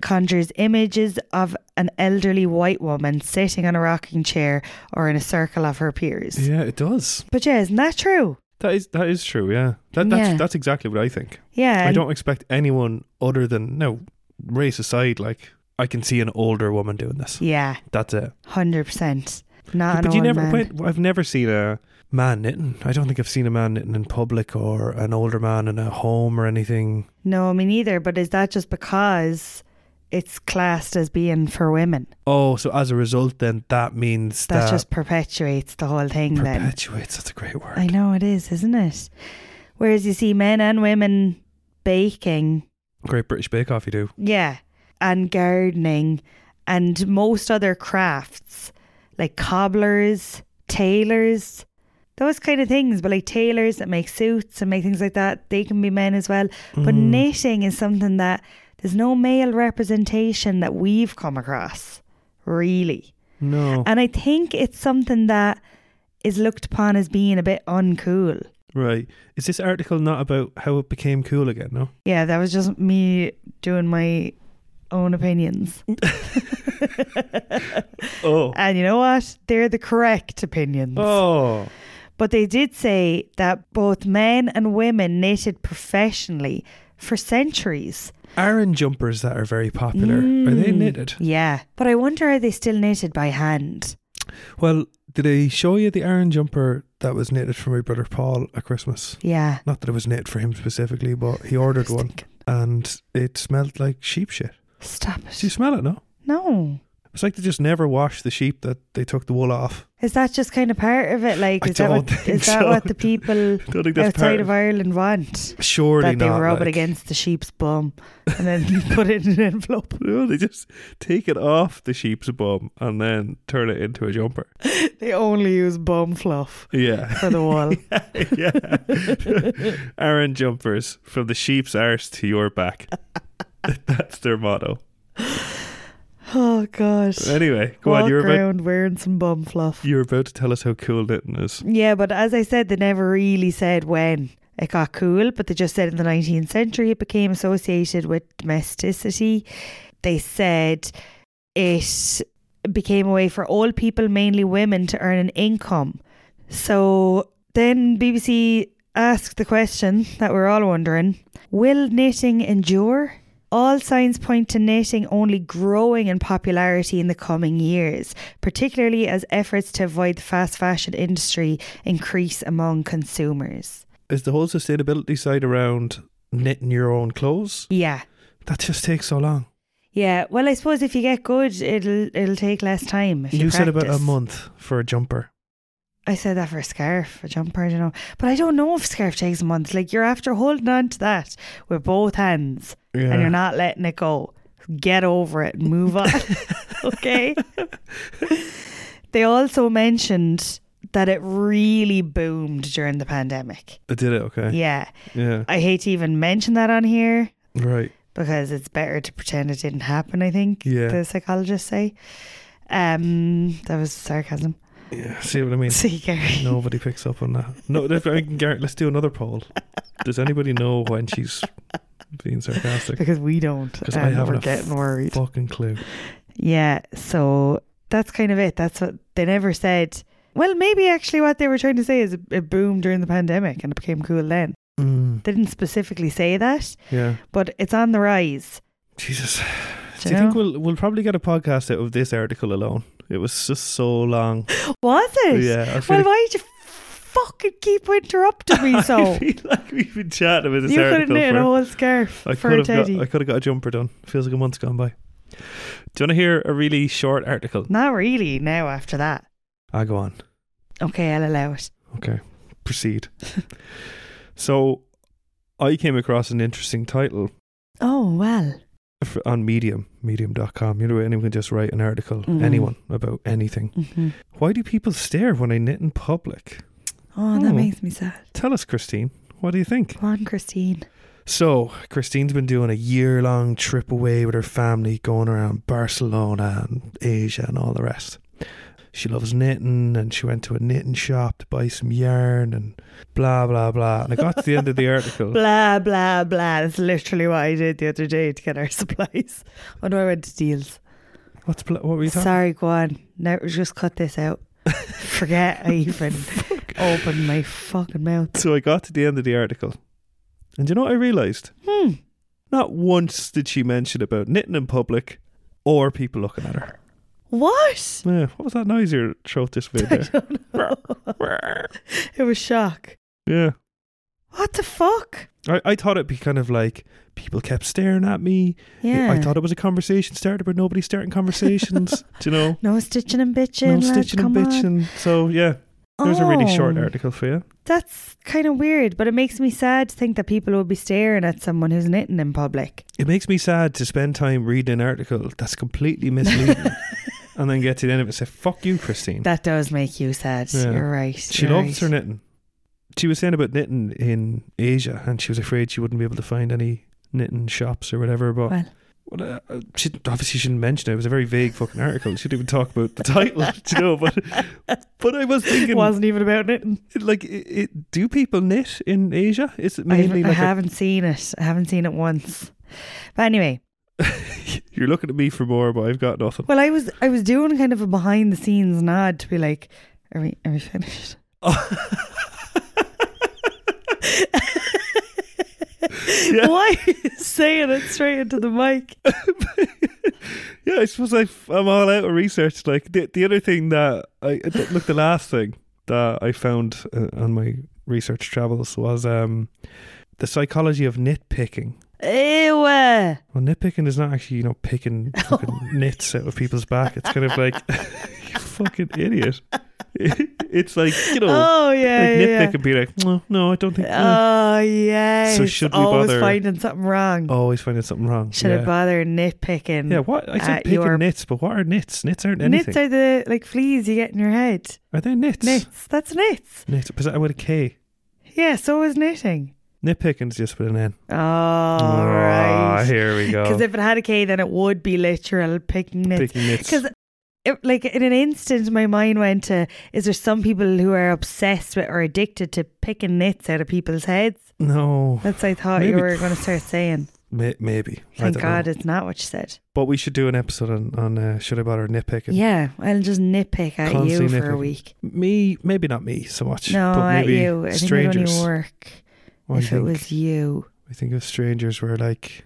conjures images of an elderly white woman sitting on a rocking chair or in a circle of her peers. Yeah, it does. But yeah, isn't that true? That is that is true, yeah. That that's Yeah. that's exactly what I think. Yeah, I and- don't expect anyone other than no, race aside, like I can see an older woman doing this. yeah, That's it. hundred percent. Not, an but you old never man. wait, I've never seen a man knitting. I don't think I've seen a man knitting in public or an older man in a home or anything. No, me neither. But is that just because it's classed as being for women? Oh, so as a result then that means That that, just perpetuates the whole thing then. perpetuates. That's a great word. I know it is, isn't it? Whereas you see men and women baking, Great British Bake Off you do. yeah, and gardening and most other crafts like cobblers, tailors, those kind of things. But like tailors that make suits and make things like that, they can be men as well. But knitting is something that there's no male representation that we've come across, really. No. And I think it's something that is looked upon as being a bit uncool. Right. Is this article not about how it became cool again, no? Yeah, that was just me doing my own opinions. [laughs] Oh. And you know what? They're the correct opinions. Oh. But they did say that both men and women knitted professionally for centuries. Aran jumpers that are very popular. Are they Mm, knitted? Yeah. But I wonder are they still knitted by hand? Well, did I show you the Aran jumper that was knitted for my brother Paul at Christmas? Yeah. Not that it was knitted for him specifically, but he ordered Just one thinking, and it smelled like sheep shit. Stop it. Do you smell it, no? No. It's like they just never washed the sheep that they took the wool off. [laughs] Is that just kind of part of it? Like, I is that, don't what, think is that so. what the people I don't think [laughs] that's part outside of of Ireland want? Surely that they not. rub like- it against the sheep's bum and then [laughs] put it in an envelope. [laughs] [laughs] No, they just take it off the sheep's bum and then turn it into a jumper. They only use bum fluff [laughs] Yeah. for the [laughs] wool. yeah. Aaron jumpers from the sheep's arse to your back. [laughs] That's their motto. oh gosh. Anyway, go on. Walk You're about, around wearing some bum fluff. you're about to tell us how cool knitting is. Yeah, but as I said, they never really said when it got cool, but they just said in the 19th century it became associated with domesticity. They said it became a way for old people, mainly women, to earn an income. So then BBC asked the question that we're all wondering Will knitting endure? All signs point to knitting only growing in popularity in the coming years, particularly as efforts to avoid the fast fashion industry increase among consumers. Is the whole sustainability side around knitting your own clothes? Yeah. That just takes so long. Yeah, well, I suppose if you get good, it'll it'll take less time. If you, you said about a practice. month for a jumper. I said that for a scarf, a jumper, I don't know. But I don't know if scarf takes a month. Like you're after holding on to that with both hands Yeah. and you're not letting it go. Get over it and move on. okay. they also mentioned that it really boomed during the pandemic. [laughs] I did it, okay. Yeah. Yeah. I hate to even mention that on here, Right. because it's better to pretend it didn't happen, I think Yeah. the psychologists say. Um, that was sarcasm. Yeah, see what I [laughs] mean? See, Gary. Nobody picks up on that. No, let's- I mean, Garrett, let's do another poll. Does anybody know when she's being [laughs] sarcastic? Because we don't. Because I And haven't we're a getting worried. Fucking clue. Yeah, so that's kind of it. That's what they never said. Well, maybe actually what they were trying to say is it- it boomed during the pandemic and it became cool then. They didn't specifically say that, Yeah. but it's on the rise. Jesus. Do Do you you think know? we'll we'll probably get a podcast out of this article alone? It was just so [laughs] long. Was it? Yeah. I feel Well, like, why did you fucking keep interrupting me so? [laughs] I feel like we've been chatting about this You could have article knit a for. whole scarf I for could a have got, teddy. I could have got a jumper done. Feels like a month's gone by. Do you want to hear a really short article? Not really now after that. I Ah, go on. Okay, I'll allow it. Proceed. [laughs] so, I came across an interesting title Oh, well. f- on Medium, medium.com. You know, anyone can just write an article, Mhm. anyone, about anything. hmm Why do people stare when I knit in public? Oh, that Oh. makes me sad. Tell us, Christine. What do you think? Come on, Christine. So, Christine's been doing a year long trip away with her family, going around Barcelona and Asia and all the rest. She loves knitting and she went to a knitting shop to buy some yarn and blah, blah, blah. And I got to the end [laughs] of the article. Blah blah blah. That's literally what I did the other day to get our [laughs] supplies. When I went to deals. What's bla- what were you talking Sorry, go on. No, just cut this [laughs] out. Forget I even opened my fucking mouth. So I got to the end of the article. And you know what I realised? Hmm. Not once did she mention about knitting in public or people looking at her. What? Yeah, what was that noise your throat just made [laughs] I there? don't know. it was shock. Yeah. What the fuck? I, I thought it'd be kind of like people kept staring at me. Yeah. I thought it was a conversation started, but nobody starting conversations. do [laughs] you know? no stitching and bitching. no lads, stitching and come on. bitching. So yeah, there's a really short Oh, article for you. That's kind of weird, but it makes me sad to think that people will be staring at someone who's knitting in public. It makes me sad to spend time reading an article that's [laughs] completely misleading, and then get to the end of it and say, "Fuck you, Christine." That does make you sad. Yeah. You're right. she you're loves right. her knitting. She was saying about knitting in Asia, and she was afraid she wouldn't be able to find any knitting shops or whatever. But Well. Well, uh, she obviously shouldn't mention it. It was a very vague fucking article. She didn't even talk about the title, [laughs] do you know. [laughs] But but I was thinking, It wasn't even about knitting. like, i it, do people knit in Asia? Is it mainly I, like a- haven't seen it. I haven't seen it once. But anyway, you're looking at me for more, but I've got nothing. [laughs] well, I was I was doing kind of a behind the scenes nod to be like, are we are we finished? Yeah. Why are you saying it straight into the mic? Yeah, I suppose I've, I'm all out of research. Like the the other thing that I th- look, the last thing that I found uh, on my research travels was um, the psychology of nitpicking. Ew. uh, Well, nitpicking is not actually you know [laughs] picking fucking nits out of people's back. It's kind of like [laughs] you fucking idiot. it's like you know Oh yeah. yeah, like yeah. nitpick and be like, no, no, I don't think. mm." no." Oh yeah. So should we Always bother- finding something wrong. Always finding something wrong. should yeah. I bother nitpicking? yeah, what I said Mm. at picking your- nits, but what are nits? Nits aren't anything. Nits are the like fleas you get in your head. are they nits? Nits. That's nits. Nits. Was that with a K? Yeah. So is knitting. Nitpicking's just with an N. Oh, right. Ah, Here we go. Because if it had a K, then it would be literal picking nits. Picking nits. Because, like, in an instant, my mind went to is there some people who are obsessed with or addicted to picking nits out of people's heads? no, That's what I thought you Maybe. were going to start saying. may, maybe. I Thank don't God Know. it's not what you said. But we should do an episode on, on uh, should I bother nitpicking? Yeah, I'll just nitpick at you Constantly for a nitpicking. week. Me, maybe not me so much. No, but at maybe you. I think it strangers. would only work Well, I if it think- was you. I think if strangers were like,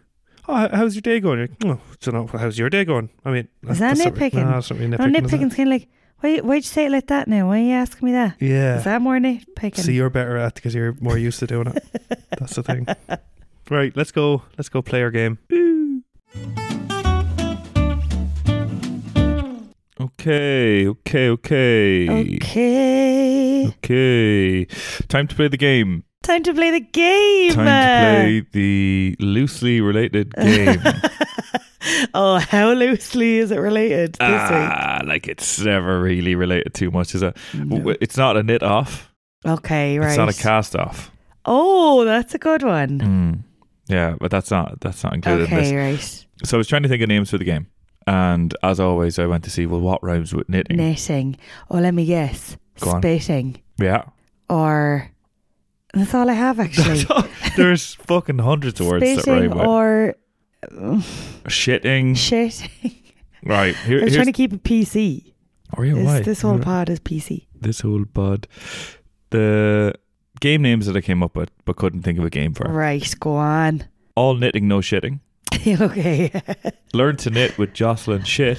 "Oh, how- how's your day going?" You're like, oh, don't know. How's your day going? I mean, Is that that's not re- nitpicking? Oh, No, that's not really No, nitpicking. is it? nitpicking's kind of like, why, why'd you say it like that now? Why are you asking me that? Is Yeah. that more nitpicking? See, you're better at because you're more used to doing it. That's the thing. [laughs] Right, let's go. Let's go play our game. Okay, okay, okay. Okay. Okay. Time to play the game. Time to play the game. Time to play the [laughs] loosely related game. Uh, oh, how loosely is it related this ah, like it's never really related too much, is it? week? W It's not a knit off. Okay, right. It's not a cast off. Oh, that's a good one. Mm. Yeah, but that's not that's not included in this. Okay, right. So I was trying to think of names for the game. And as always I went to see well what rhymes with knitting. Knitting. Oh, let me guess. Go on. Spitting. [laughs] Yeah. Or. That's all I [laughs] have actually. There's fucking hundreds of words that Spitting rhyme with [laughs] or uh, shitting. shit. Right. Here, I was here's trying to keep it PC. Oh, yeah, This- why? this whole You're- pod is PC. this whole pod. The game names that I came up with but couldn't think of a game for. Right, go on. [laughs] All knitting, no shitting. okay. Learn to knit with Jocelyn [laughs] Shit.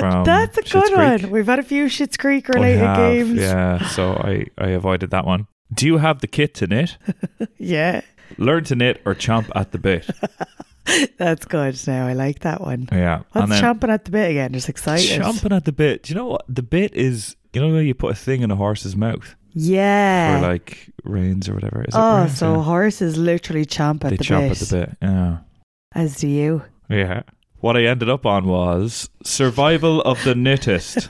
From That's a Schitt's good Creek. one. We've had a few Shits Creek I related have, games. Yeah, so I, I avoided that one. Do you have the kit to knit? Yeah. Learn to knit or chomp at [laughs] the bit. That's good now. I like that one. Yeah. What's and then chomping at the bit again? Just excited. chomping at the bit. Do you know what? The bit is, you know, where you put a thing in a horse's mouth Yeah. or like reins or whatever. Is it oh, reins? so Yeah. horses literally chomp at they the chomp bit. at the bit. Yeah. As do you. Yeah. What I ended up on was survival of the [laughs] knittest.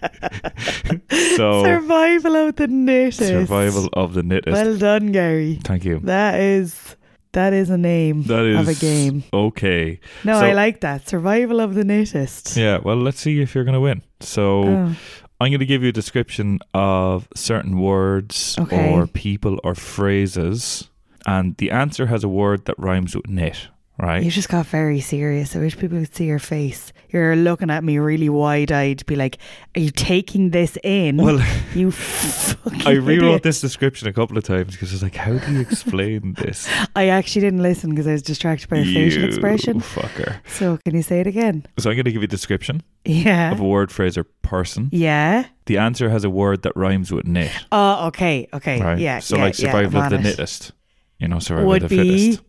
[laughs] Right. So- survival of the knitters. survival of the knittest. Well done, Gary. Thank you. That is that is a name That is of a game. Okay. No, so- I like that. Survival of the knittest. Yeah. Well, let's see if you're going to win. So Oh, I'm going to give you a description of certain words Okay. or people or phrases, and the answer has a word that rhymes with knit. Right. you just got very serious. I wish people could see your face. You're looking at me really wide eyed, be like, Are you taking this in? well, [laughs] you fucking [laughs] I rewrote idiot. this description a couple of times because I was like, "How do you [laughs] explain this?" I actually didn't listen because I was distracted by a facial You expression. fucker. So can you say it again? So I'm going to give you a description Yeah. of a word, phrase, or person. Yeah. The answer has a word that rhymes with knit. Oh, okay. Okay. Right. Yeah. So yeah, like yeah, survival I'm of the on it. knittest. You know, survival would of the be. fittest.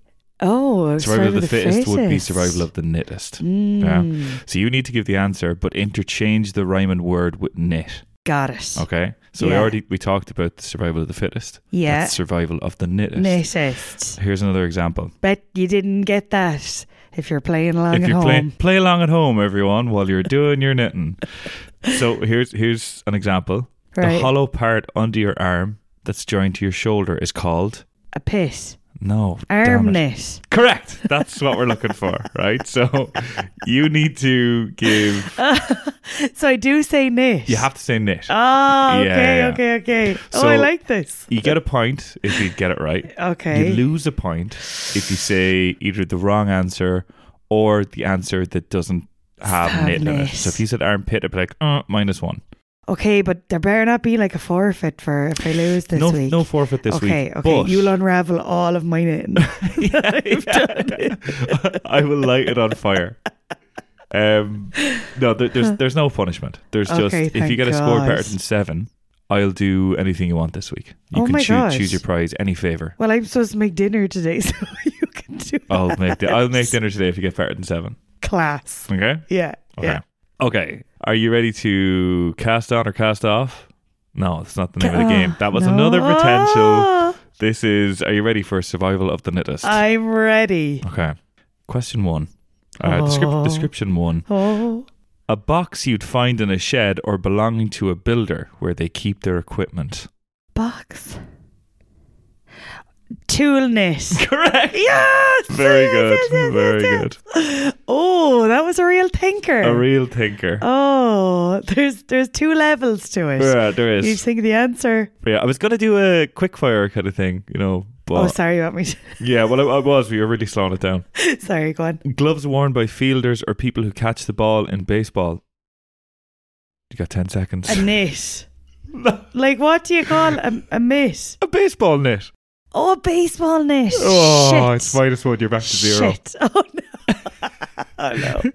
Oh, Survival of the fittest would be survival of the knittest. Mm, So you need to give the answer, but interchange the rhyme and word with knit. Got it. Okay. So we Yeah. already we talked about the survival of the fittest. Yeah. That's survival of the knittest. Nicest. Here's another example. Bet you didn't get that if you're playing along if at you home. play play along at home, everyone, while you're doing [laughs] your knitting. So here's here's an example. The right. hollow part under your arm that's joined to your shoulder is called a pit. no damn Arm it. knit. Correct. That's what we're looking for, right? So you need to give. [laughs] So I do say knit. You have to say knit. Oh, okay, Yeah, yeah. okay, okay. oh, So- I like this. You get a point if you get it right. Okay. You lose a point if you say either the wrong answer or the answer that doesn't have Have knit in it. knit. So if you said armpit, I'd be like, uh, minus one. Okay, but there better not be like a forfeit for if I lose this no, week. no forfeit this okay, week. okay. But You'll unravel all of my [laughs] knitting. [laughs] I've done I will light it on fire. Um, no, there, there's there's no punishment. There's just Okay, if you thank get a score God. better than seven, I'll do anything you want this week. You Oh can my choo- God. choose your prize, any favor. Well, I'm supposed to make dinner today, [laughs] so you can do [laughs] I'll that. make the, I'll make dinner today if you get better than seven. class. Okay. Yeah, Okay. yeah. Okay. Are you ready to cast on or cast off? No, it's not the name of the game. Oh, That was no. another potential. Oh, This is. Are you ready for survival of the knittest? [laughs] I'm ready. Okay. Question one. Uh, descrip- Oh. description one. Oh, A box you'd find in a shed or belonging to a builder where they keep [laughs] their equipment. box. Tool knit. Correct. yes! Very Yes, good. yes, yes, Very yes, good. yes. Oh, that was a real thinker. A real thinker. oh, there's there's two levels to it. Yeah, there You is. think the answer. Yeah, I was gonna do a quick fire kind of thing, you know, oh, but sorry, you want me to. [laughs] yeah, well, I, I was. We were really slowing it down. Sorry, go on. Gloves worn by fielders or people who catch the ball in baseball. You got ten seconds. [laughs] A knit. like, what do you call a, a mitt? a baseball net. Oh, a baseball knit. Oh, Shit. it's minus one. You're back to zero. Shit. [laughs] Oh, no. oh, no. [laughs]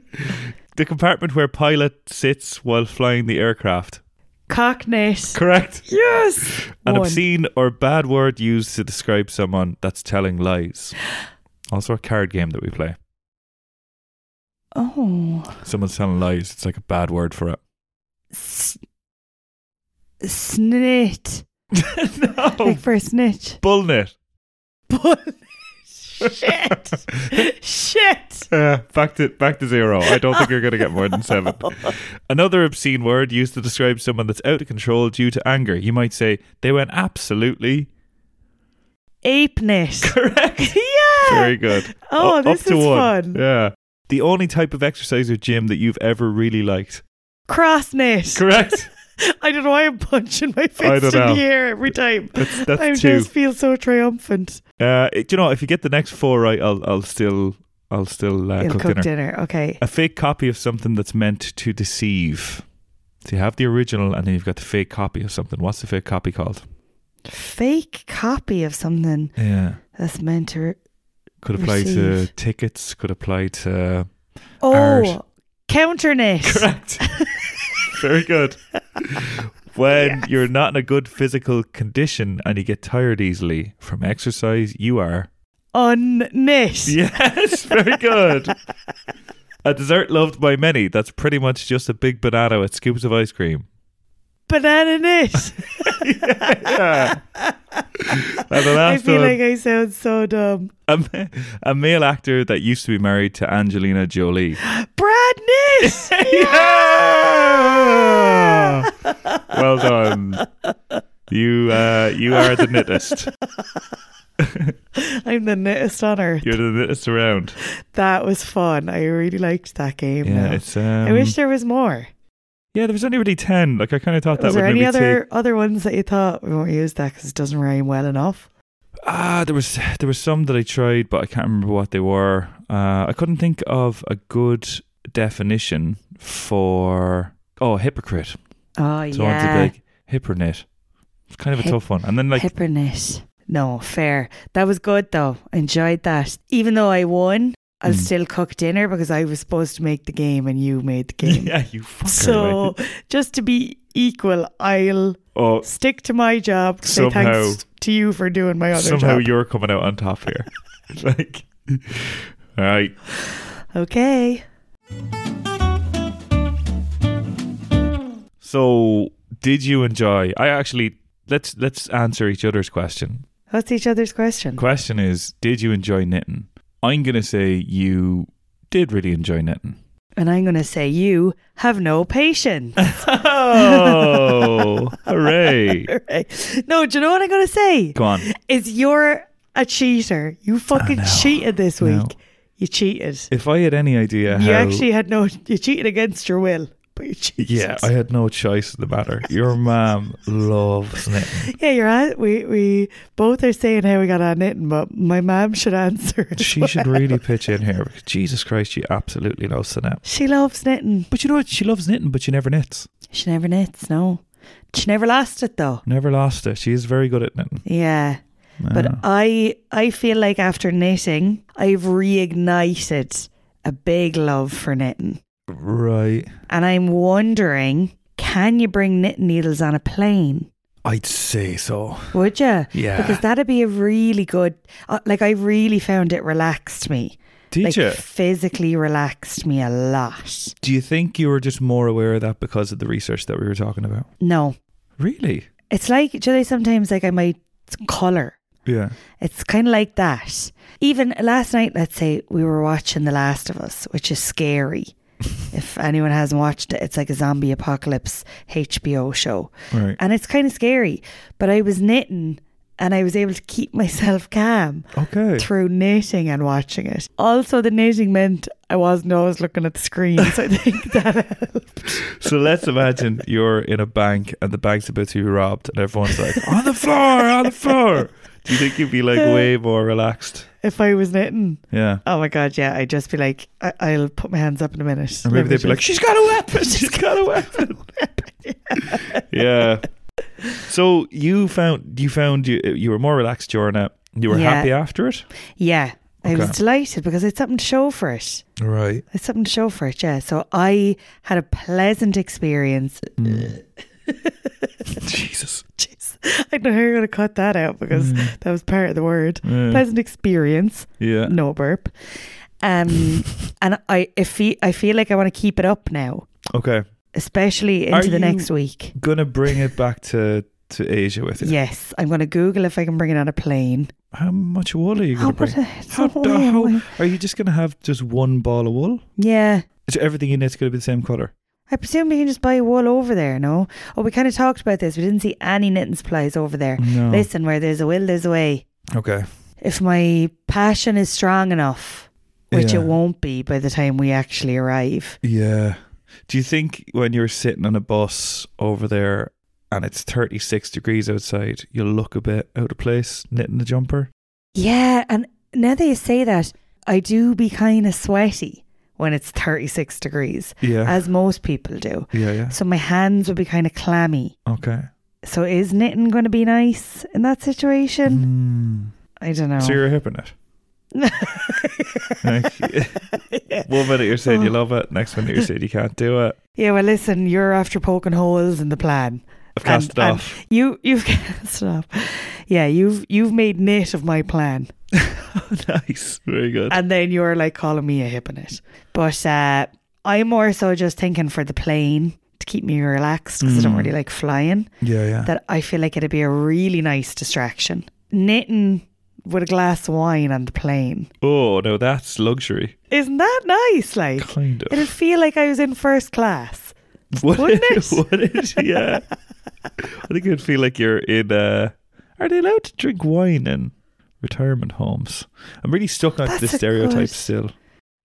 The compartment where pilot sits while flying the aircraft. Cock knit. Correct. Yes. An One. obscene or bad word used to describe someone that's telling lies. [gasps] Also, a card game that we play. Oh. Someone's telling lies. It's like a bad word for it. S- snit. [laughs] no. Oh. Like for a snitch. Bullnet. Bull. Shit. Shit. [laughs] Oh. Uh, back to back to zero. I don't think you're going to [laughs] get more than [laughs] seven. Another obscene word used to describe someone that's out of control due to anger. You might say they went absolutely ape knit. [laughs] Correct. yeah. Very good. Oh, U- this up to is one. fun. Yeah. The only type of exercise or gym that you've ever [laughs] really liked. Cross knit. Correct. I don't know why I'm punching my I don't fist in know. the air every time. That's that's I two. just feel so triumphant. Uh, do you know if you get the next four right, I'll I'll still I'll still uh, You'll cook, cook dinner. dinner. Okay. A fake copy of something that's meant to deceive. So you have the original, and then you've got the fake copy of something. What's the fake copy called? Fake copy of something Yeah. that's meant to. Could apply to Receive. tickets. Could apply to. Oh, Art. counter knit. Correct. [laughs] Very good. When you're not in a good physical condition and you get tired easily from exercise, you are. Unknit. Yes, [laughs] very good. a dessert loved by many. That's pretty much just a big banana with scoops of [laughs] ice cream. Banana knit. [laughs] [laughs] yeah. And the I last feel one, like I sound so dumb. a, ma- a male actor that used to be married to Angelina Jolie. Brad knit. [laughs] yeah! well done. You uh, you are the knittest. [laughs] I'm the knittest on earth. You're the knittest around. That was fun. I really liked that game. Yeah, now. it's. Um, I wish there was more. yeah, there was only really ten. Like I kind of thought Was that there would any maybe other take. other ones that you thought we won't use that because it doesn't rhyme well enough? Ah, there was there was some that I tried, but I can't remember what they were. Uh, I couldn't think of a good definition for oh hypocrite. Oh So I wanted to be like hypernit. It's kind of a Hip- tough one. And then like Hipperness. No, fair. That was good though. I enjoyed that. Even though I won, I'll Mm. still cook dinner because I was supposed to make the game and you [laughs] made the game. yeah, you fucker. so like- just to be equal, I'll oh, stick to my job. to Say Somehow- thanks to you for doing my other somehow job. you're coming out on top here. [laughs] like, all right. okay. So, did you enjoy? I actually let's let's answer each other's question. What's each other's question? Question is, did you enjoy knitting? I'm gonna say you did really enjoy knitting. And I'm going to say you have no [laughs] patience. [laughs] Oh, [laughs] hooray! Right. No, do you know what I'm going to say? Go on. Is you're a cheater. You fucking know. cheated this No. week. You cheated. If I had any idea, You how, actually had no. You cheated against your will, but you cheated. yeah, I had no choice in the matter. Your mom loves knitting. yeah. You're right. We we both are saying how we got on knitting, but my mom should answer. [laughs] as She [laughs] well. should really pitch in here because Jesus Christ, she absolutely loves to knit. She loves knitting. But you know what? She loves knitting, but she never knits. She never knits. No, she never lost it though. Never lost it. She is very good at knitting. Ah, Yeah, but Yeah. I I feel like after knitting, I've reignited a big love for knitting, right. and I'm wondering, can you bring knitting needles on a plane? I'd say so. Would you? Yeah. Because that'd be a really good. Uh, like I really found it relaxed me. Did like you? physically relaxed me a lot. Do you think you were just more aware of that because of the research that we were talking about? No, Really? it's like do they sometimes like I might color. Yeah. It's kind of like that. Even last night, let's say we were watching The Last of Us, which is scary. [laughs] if anyone hasn't watched it, it's like a zombie apocalypse HBO show, Right. and it's kind of scary. But I was knitting, and I was able to keep [laughs] myself calm. Okay. through knitting and watching it. Also, the knitting meant I wasn't always looking at the screen, so I think [laughs] that So let's imagine you're in a bank and the bank's about to be robbed and everyone's [laughs] like, on the floor, on the floor. Do you think you'd be like way more relaxed? if I was knitting, Yeah. oh my god, yeah, I'd just be like, I- I'll put my hands up in a minute. Or maybe they'd be like, she's got a [laughs] weapon. She's got a weapon. yeah. So you found you found you you were more relaxed during it. You were Yeah. happy after it. yeah, I was Okay. delighted because I had something to show for it. Right. I had something to show for it, yeah. So I had a pleasant experience. [laughs] [laughs] Jesus. Jeez, I don't know how you're going to cut that out Mm. because that was part of the word. Pleasant experience. Yeah. no burp. [laughs] Um, and I if fe- I feel like I want to keep it up now, Okay. especially into Are the you- next week. Gonna bring it back to to Asia with you. Yes, I'm going to Google if I can bring it on a plane. How much wool are you gonna Oh, bring? but it's How, not what I the, how want. are you just gonna have just one ball of wool? yeah. So everything in it's gonna be the same color. I presume we can just buy wool over there, no? Oh, we kind of talked about this. We didn't see any knitting supplies over there. No. Listen, where there's a will, there's a way. Okay. If my passion is strong enough, which Yeah. it won't be by the time we actually arrive. Yeah. Do you think when you're sitting on a bus over there and it's 36 degrees outside, you'll look a bit out of place knitting a jumper? Yeah, and now that you say that, I do be kind of sweaty when it's 36 degrees, Yeah. as most people do. yeah, yeah. So my hands would be kind of clammy. Okay. So is knitting going to be nice in that situation? Mm. I don't know. [laughs] So you're a hip in it. Like, one minute you're saying you love it, next minute you're saying you can't do it. yeah, well, listen, you're after poking holes in the plan. I've cast And- it and- off. [laughs] You, you've [laughs] stop. Yeah, you've you've made knit of my plan, nice. Very good. and then you're like calling me a hipponet. But uh, I'm more so just thinking for the plane to keep me relaxed because I don't Mm. really like flying. yeah, yeah. That I feel like it'd be a really nice distraction. Knitting with a glass of wine on the plane, oh, no, that's luxury. isn't that nice? Like Kind of. it'd feel like I was in first class. Would Wouldn't [laughs] it? would it? Yeah. I think it'd feel like you're in. Uh, are they allowed to drink wine in retirement homes? I'm really stuck on That's this a stereotype good- still.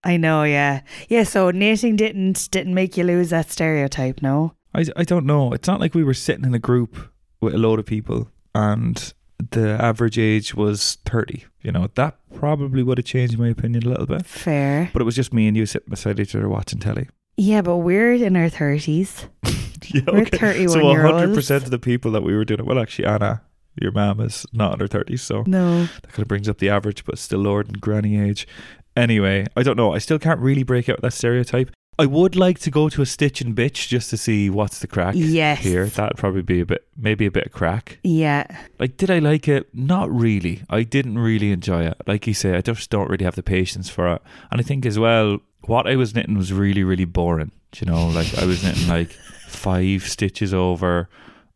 I know, yeah, yeah. So knitting didn't didn't make you lose that stereotype, no. I, I don't know. It's not like we were sitting in a group with a load of people and the average age was 30. You know, that probably would have changed my opinion a little bit. Fair. But it was just me and you sitting beside each other watching telly. Yeah, but we're in our thirties. [laughs] yeah, We're thirty-one So year 100% olds. of the people that we were doing it, well, actually, Anna, your mom is not under 30, so. No, That kind of brings up the average, but still lower than granny age. Anyway, I don't know. I still can't really break out that stereotype. I would like to go to a Stitch and Bitch just to see what's the crack yes, here. That'd probably be a bit, maybe a bit of crack. yeah, Like, did I like it? Not really. I didn't really enjoy it. Like you say, I just don't really have the patience for it. And I think as well, what I was knitting was really, really boring. Do you know, like I was knitting like five stitches over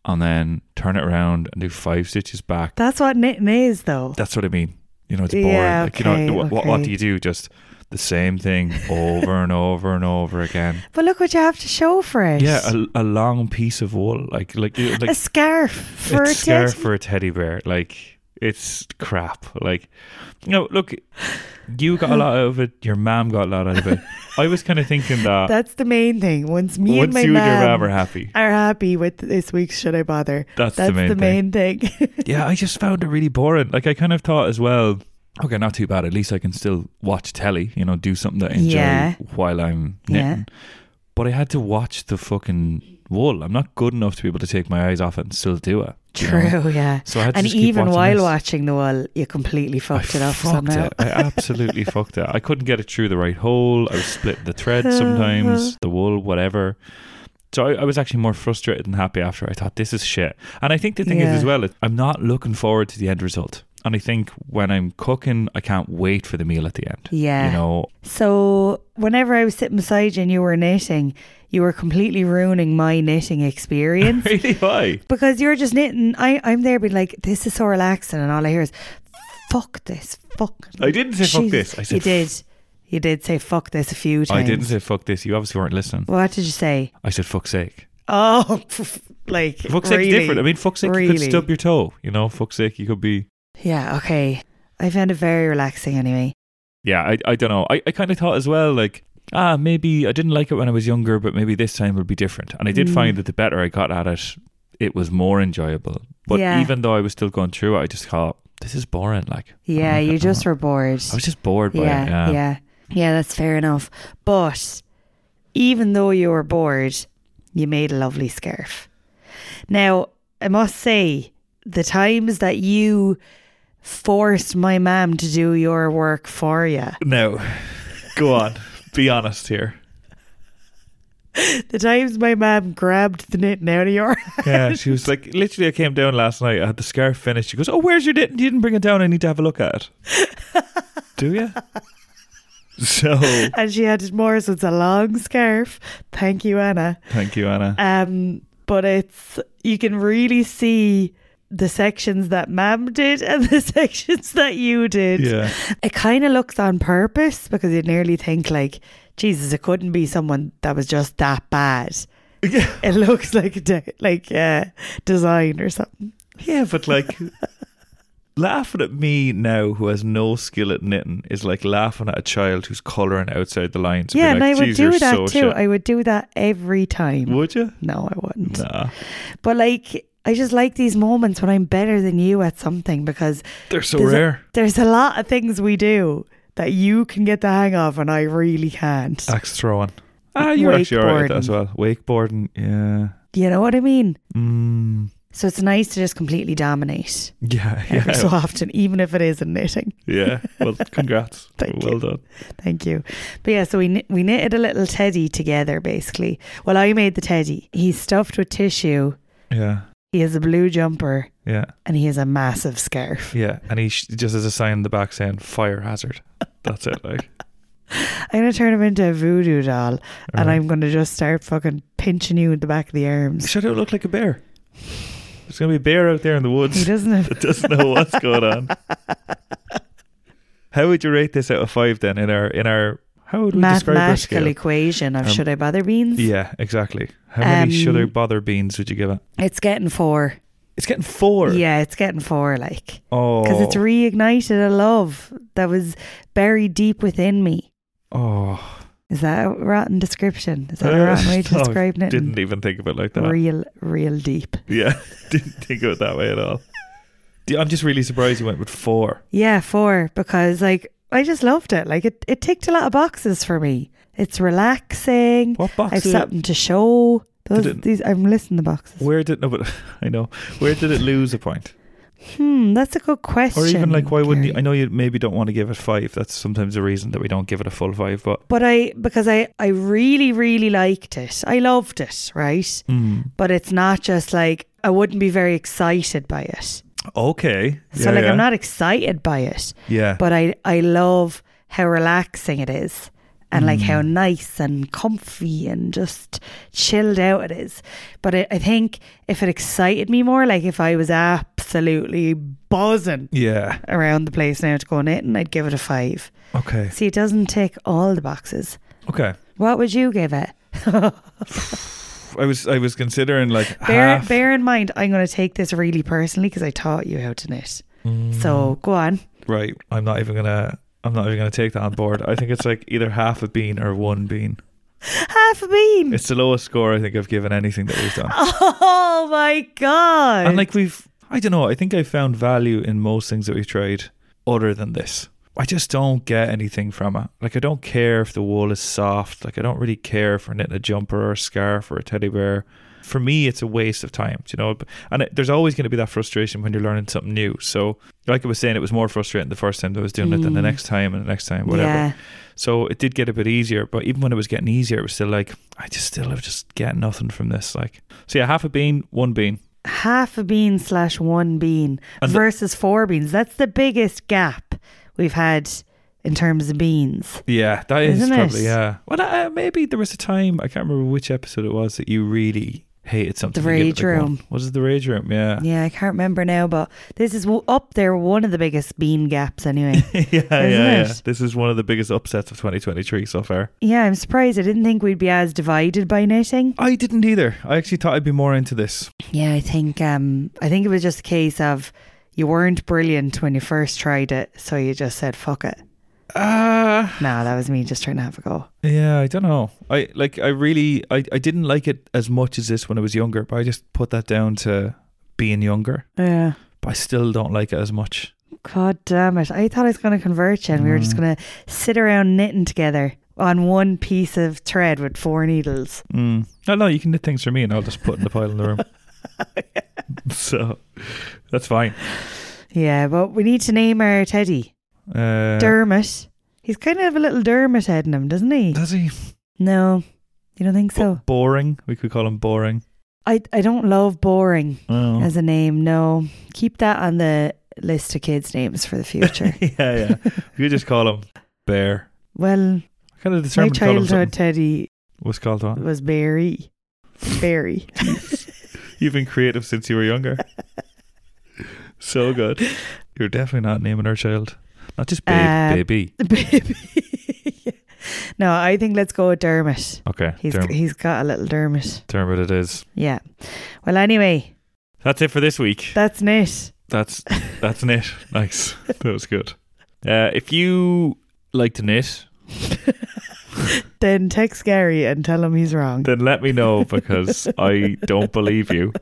and then turn it around and do five stitches back. that's what knitting is, though. That's what I mean. You know, it's Yeah, boring. like, you okay, know, what, what, what okay. do you do? Just the same thing over and over and over again. But look what you have to show for it. Yeah, a, a long piece of wool, like like you- a like scarf for it's a scare scarf. for a teddy bear. Like it's crap. Like you know, look, you got a lot out of it. Your mom got a lot out [laughs] of it. I was kind of thinking that, That's the main thing. Once me and once my you mom and your mom are happy, are happy with this week's should I bother? that's, That's the main the thing. main thing. [laughs] yeah, I just found it really boring. Like I kind of thought as well, okay, not too bad. At least I can still watch telly, you know, do something that I enjoy Yeah. while I'm Yeah. knitting. But I had to watch the fucking wool. I'm not good enough to be able to take my eyes off it and still do it. you know? True, yeah. So I had to And just keep even watching while this. watching the wall, you completely fucked I it up fucked somehow. it. I [laughs] absolutely fucked it. I couldn't get it through the right hole. I was splitting the thread Uh-huh. sometimes, the wool, whatever. So I, I was actually more frustrated than happy after. I thought this is shit. And I think the thing Yeah. is as well, it- I'm not looking forward to the end result. And I think when I'm cooking, I can't wait for the meal at the end. Yeah. You [laughs] know, [laughs] So whenever I was sitting beside you and you were knitting, you were completely ruining my knitting experience. [laughs] really why? Because you're just knitting. I, I'm there being like, this is so relaxing, and all I hear is, fuck this, fuck. I didn't say fuck Jeez. this. I said you did. You did say fuck this a few I times. didn't say fuck this. You obviously weren't listening. What did you say? I said fuck's sake. Oh, [laughs] like Fuck's really? sake's different. I mean, fuck's sake, you Really? could stub your toe. You know, fuck's sake, you could be yeah, okay. I found it very relaxing anyway. yeah, I, I don't know. I, I kind of thought as well, like, ah, maybe I didn't like it when I was younger, but maybe this time will be different. And I did Mm. find that the better I got at it, it was more enjoyable. But Yeah. even though I was still going through it, I just thought, this is boring. Like, "Oh Yeah, [laughs] I don't you just know. were bored. I was just bored by yeah, it. Yeah. yeah, yeah. That's fair enough. But even though you were bored, you made a lovely scarf. Now I must say, the times that you forced my mum to do your work for you, No, go on. Be honest here. [laughs] the times my mum grabbed the knitting out of your [laughs] [laughs] Yeah, she was like, literally, I came down last night. I had the scarf finished. She goes, "Oh, where's your knitting? You didn't bring it down. I need to have a look at it." [laughs] Do you? So, and she had it more, so it's a long scarf. Thank you, Anna. thank you, Anna. Um, but it's you can really see the sections that Mam did and [laughs] the sections that you did. Yeah. It kind of looks on purpose because you'd nearly think like, Jesus, it couldn't be someone that was just that bad. [laughs] Yeah. It looks like a de- like uh, design or something. Yeah, but like laughing at me now who has no skill at knitting is like laughing at a child who's colouring outside the lines. Be yeah, and I like, would "Jeez, you're do that so too. shit." I would do that every time. Would you? No, I wouldn't. Nah. But like, I just like these moments when I'm better than you at something because They're so There's a- rare. there's a lot of things we do that you can get the hang of and I really can't. Axe throwing. Ah, you're actually alright at that as Wakeboarding. well. Wakeboarding, yeah. You know what I mean? Mm, So it's nice to just completely dominate yeah, every yeah. so often, even if it is in knitting. yeah. Well, congrats. Thank well you. done. Thank you. But yeah, so we kn- we knitted a little teddy together, basically. Well, I made the teddy. He's stuffed with tissue. Yeah, He has a blue jumper yeah, and he has a massive scarf. yeah. And he sh- just has a sign in the back saying fire hazard. That's it, like. I'm gonna turn him into a voodoo doll, and I'm gonna just start fucking pinching you in the back of the [laughs] arms. Should it look like a bear? There's going to be a bear out there in the He woods doesn't have that doesn't know what's going on. [laughs] How would you rate this out of five then in our, in our, how would we describe this mathematical scale? equation of Um, should I bother beans? Yeah, exactly. How many Um, should I bother beans would you give it? It's getting four. It's getting four. Yeah, it's getting four, like Oh. because it's reignited a love that was buried deep within me. oh. Is that a rotten description? Is that [laughs] a rotten way to No, describe it? Oh, Didn't even think of it like that. Real, real deep. Yeah, [laughs] didn't think of it that way at all. Yeah, I'm just really surprised you went with four. Yeah, four because like I just loved it. Like it, it ticked a lot of boxes for me. It's relaxing. What I've box? Is it, something to show. Those, Did it- these I'm listing the boxes. where did no? But [laughs] I know where did it lose [laughs] a point, Hmm, that's a good question. or even like why wouldn't you? I Gary. know you maybe don't want to give it five. That's sometimes a reason that we don't give it a full five. But But I because I I really really liked it. I loved it, right? mm, But it's not just like I wouldn't be very excited by it. okay, So yeah, like yeah. I'm not excited by it, Yeah, but I I love how relaxing it is. And like Mm. how nice and comfy and just chilled out it is. But I I think if it excited me more, like if I was absolutely buzzing yeah, around the place now to go on it, and I'd give it a five. okay, See, it doesn't tick all the boxes. okay. What would you give it? [laughs] I was I was considering like Bear, half. bear in mind, I'm going to take this really personally because I taught you how to knit. Mm. So go on. right, I'm not even gonna. I'm not even going to take that on board. I think it's like either half a bean or one bean. Half a bean. It's the lowest score I think I've given anything that we've done. [laughs] oh my God. and like we've i don't know i think i found value in most things that we've tried other than this i just don't get anything from it like i don't care if the wool is soft like i don't really care if we're knitting a jumper or a scarf or a teddy bear for me it's a waste of time do you know and it, there's always going to be that frustration when you're learning something new so like i was saying it was more frustrating the first time that i was doing it than the Mm. next time and the next time whatever Yeah. so it did get a bit easier, but even when it was getting easier, it was still like I just still have just get nothing from this. Like, so yeah, half a bean, one bean. Half a bean slash one bean And the- versus four beans. That's the biggest gap we've had in terms of beans. Yeah, that is Isn't it? probably yeah. Well, uh, maybe there was a time I can't remember which episode it was that you really hated something. The You gave it, Rage like, Room. one- Was it the rage room? Yeah, Yeah, I can't remember now, but this is w- up there, one of the biggest bean gaps [laughs] anyway. [laughs] yeah, yeah, yeah. it? This is one of the biggest upsets of 2023 so far. Yeah, I'm surprised. I didn't think we'd be as divided by knitting. I didn't either. I actually thought I'd be more into this. Yeah, I think um I think it was just a case of you weren't brilliant when you first tried it, so you just said fuck it. Ah, Nah, that was me just trying to have a go. Yeah, I don't know. I like I really I, I didn't like it as much as this when I was younger, but I just put that down to being younger. Yeah. But I still don't like it as much. God damn it. I thought I was gonna convert you and we were just Mm. gonna sit around knitting together on one piece of thread with four needles. Mm. No, no, you can knit things for me and I'll just put it in the pile in the room. [laughs] so that's fine. [laughs] Yeah, but we need to name our teddy. Uh, Dermot. He's kind of a little Dermot head in him, doesn't he? does he? No. You don't think so? Bo- boring. We could call him boring. I I don't love boring. Oh. as a name. No, keep that on the list of kids' names for the future. [laughs] yeah, [laughs] yeah. We could just call him Bear. [laughs] well, I kind of my determined to call him childhood something. teddy What's called on? was Barry. Barry. You've been creative since you [laughs] were younger. so good. You're definitely not naming our child. Not just babe, Uh, baby. [laughs] Baby. no, I think let's go with Dermot. Okay. He's Derm- he's got a little Dermot. Dermot it is. Yeah. Well, anyway, That's it for this week. that's Nit. [laughs] That's that's knit. Nice. That was good. Uh, if you like to knit, Then text Gary and tell him he's wrong. then let me know because I don't believe you.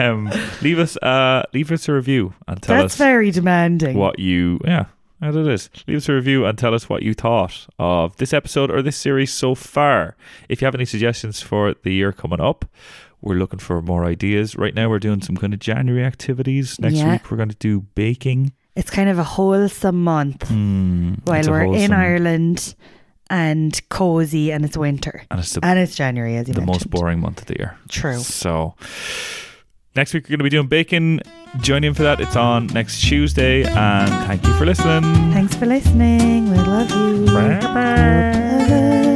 Um, leave us uh, leave us a review and tell That's us very demanding. what you yeah as it is leave us a review and tell us what you thought of this episode or this series so far if you have any suggestions for the year coming up we're looking for more ideas right now we're doing some kind of january activities next Yeah. week we're going to do baking It's kind of a wholesome month mm, while it's a we're in wholesome- Ireland and cozy and it's winter. and it's the, And it's January, as you the most mentioned. boring month of the year True. so next week we're going to be doing baking join in for that it's on next tuesday and thank you for listening Thanks for listening. We love you. Bye-bye. Bye-bye.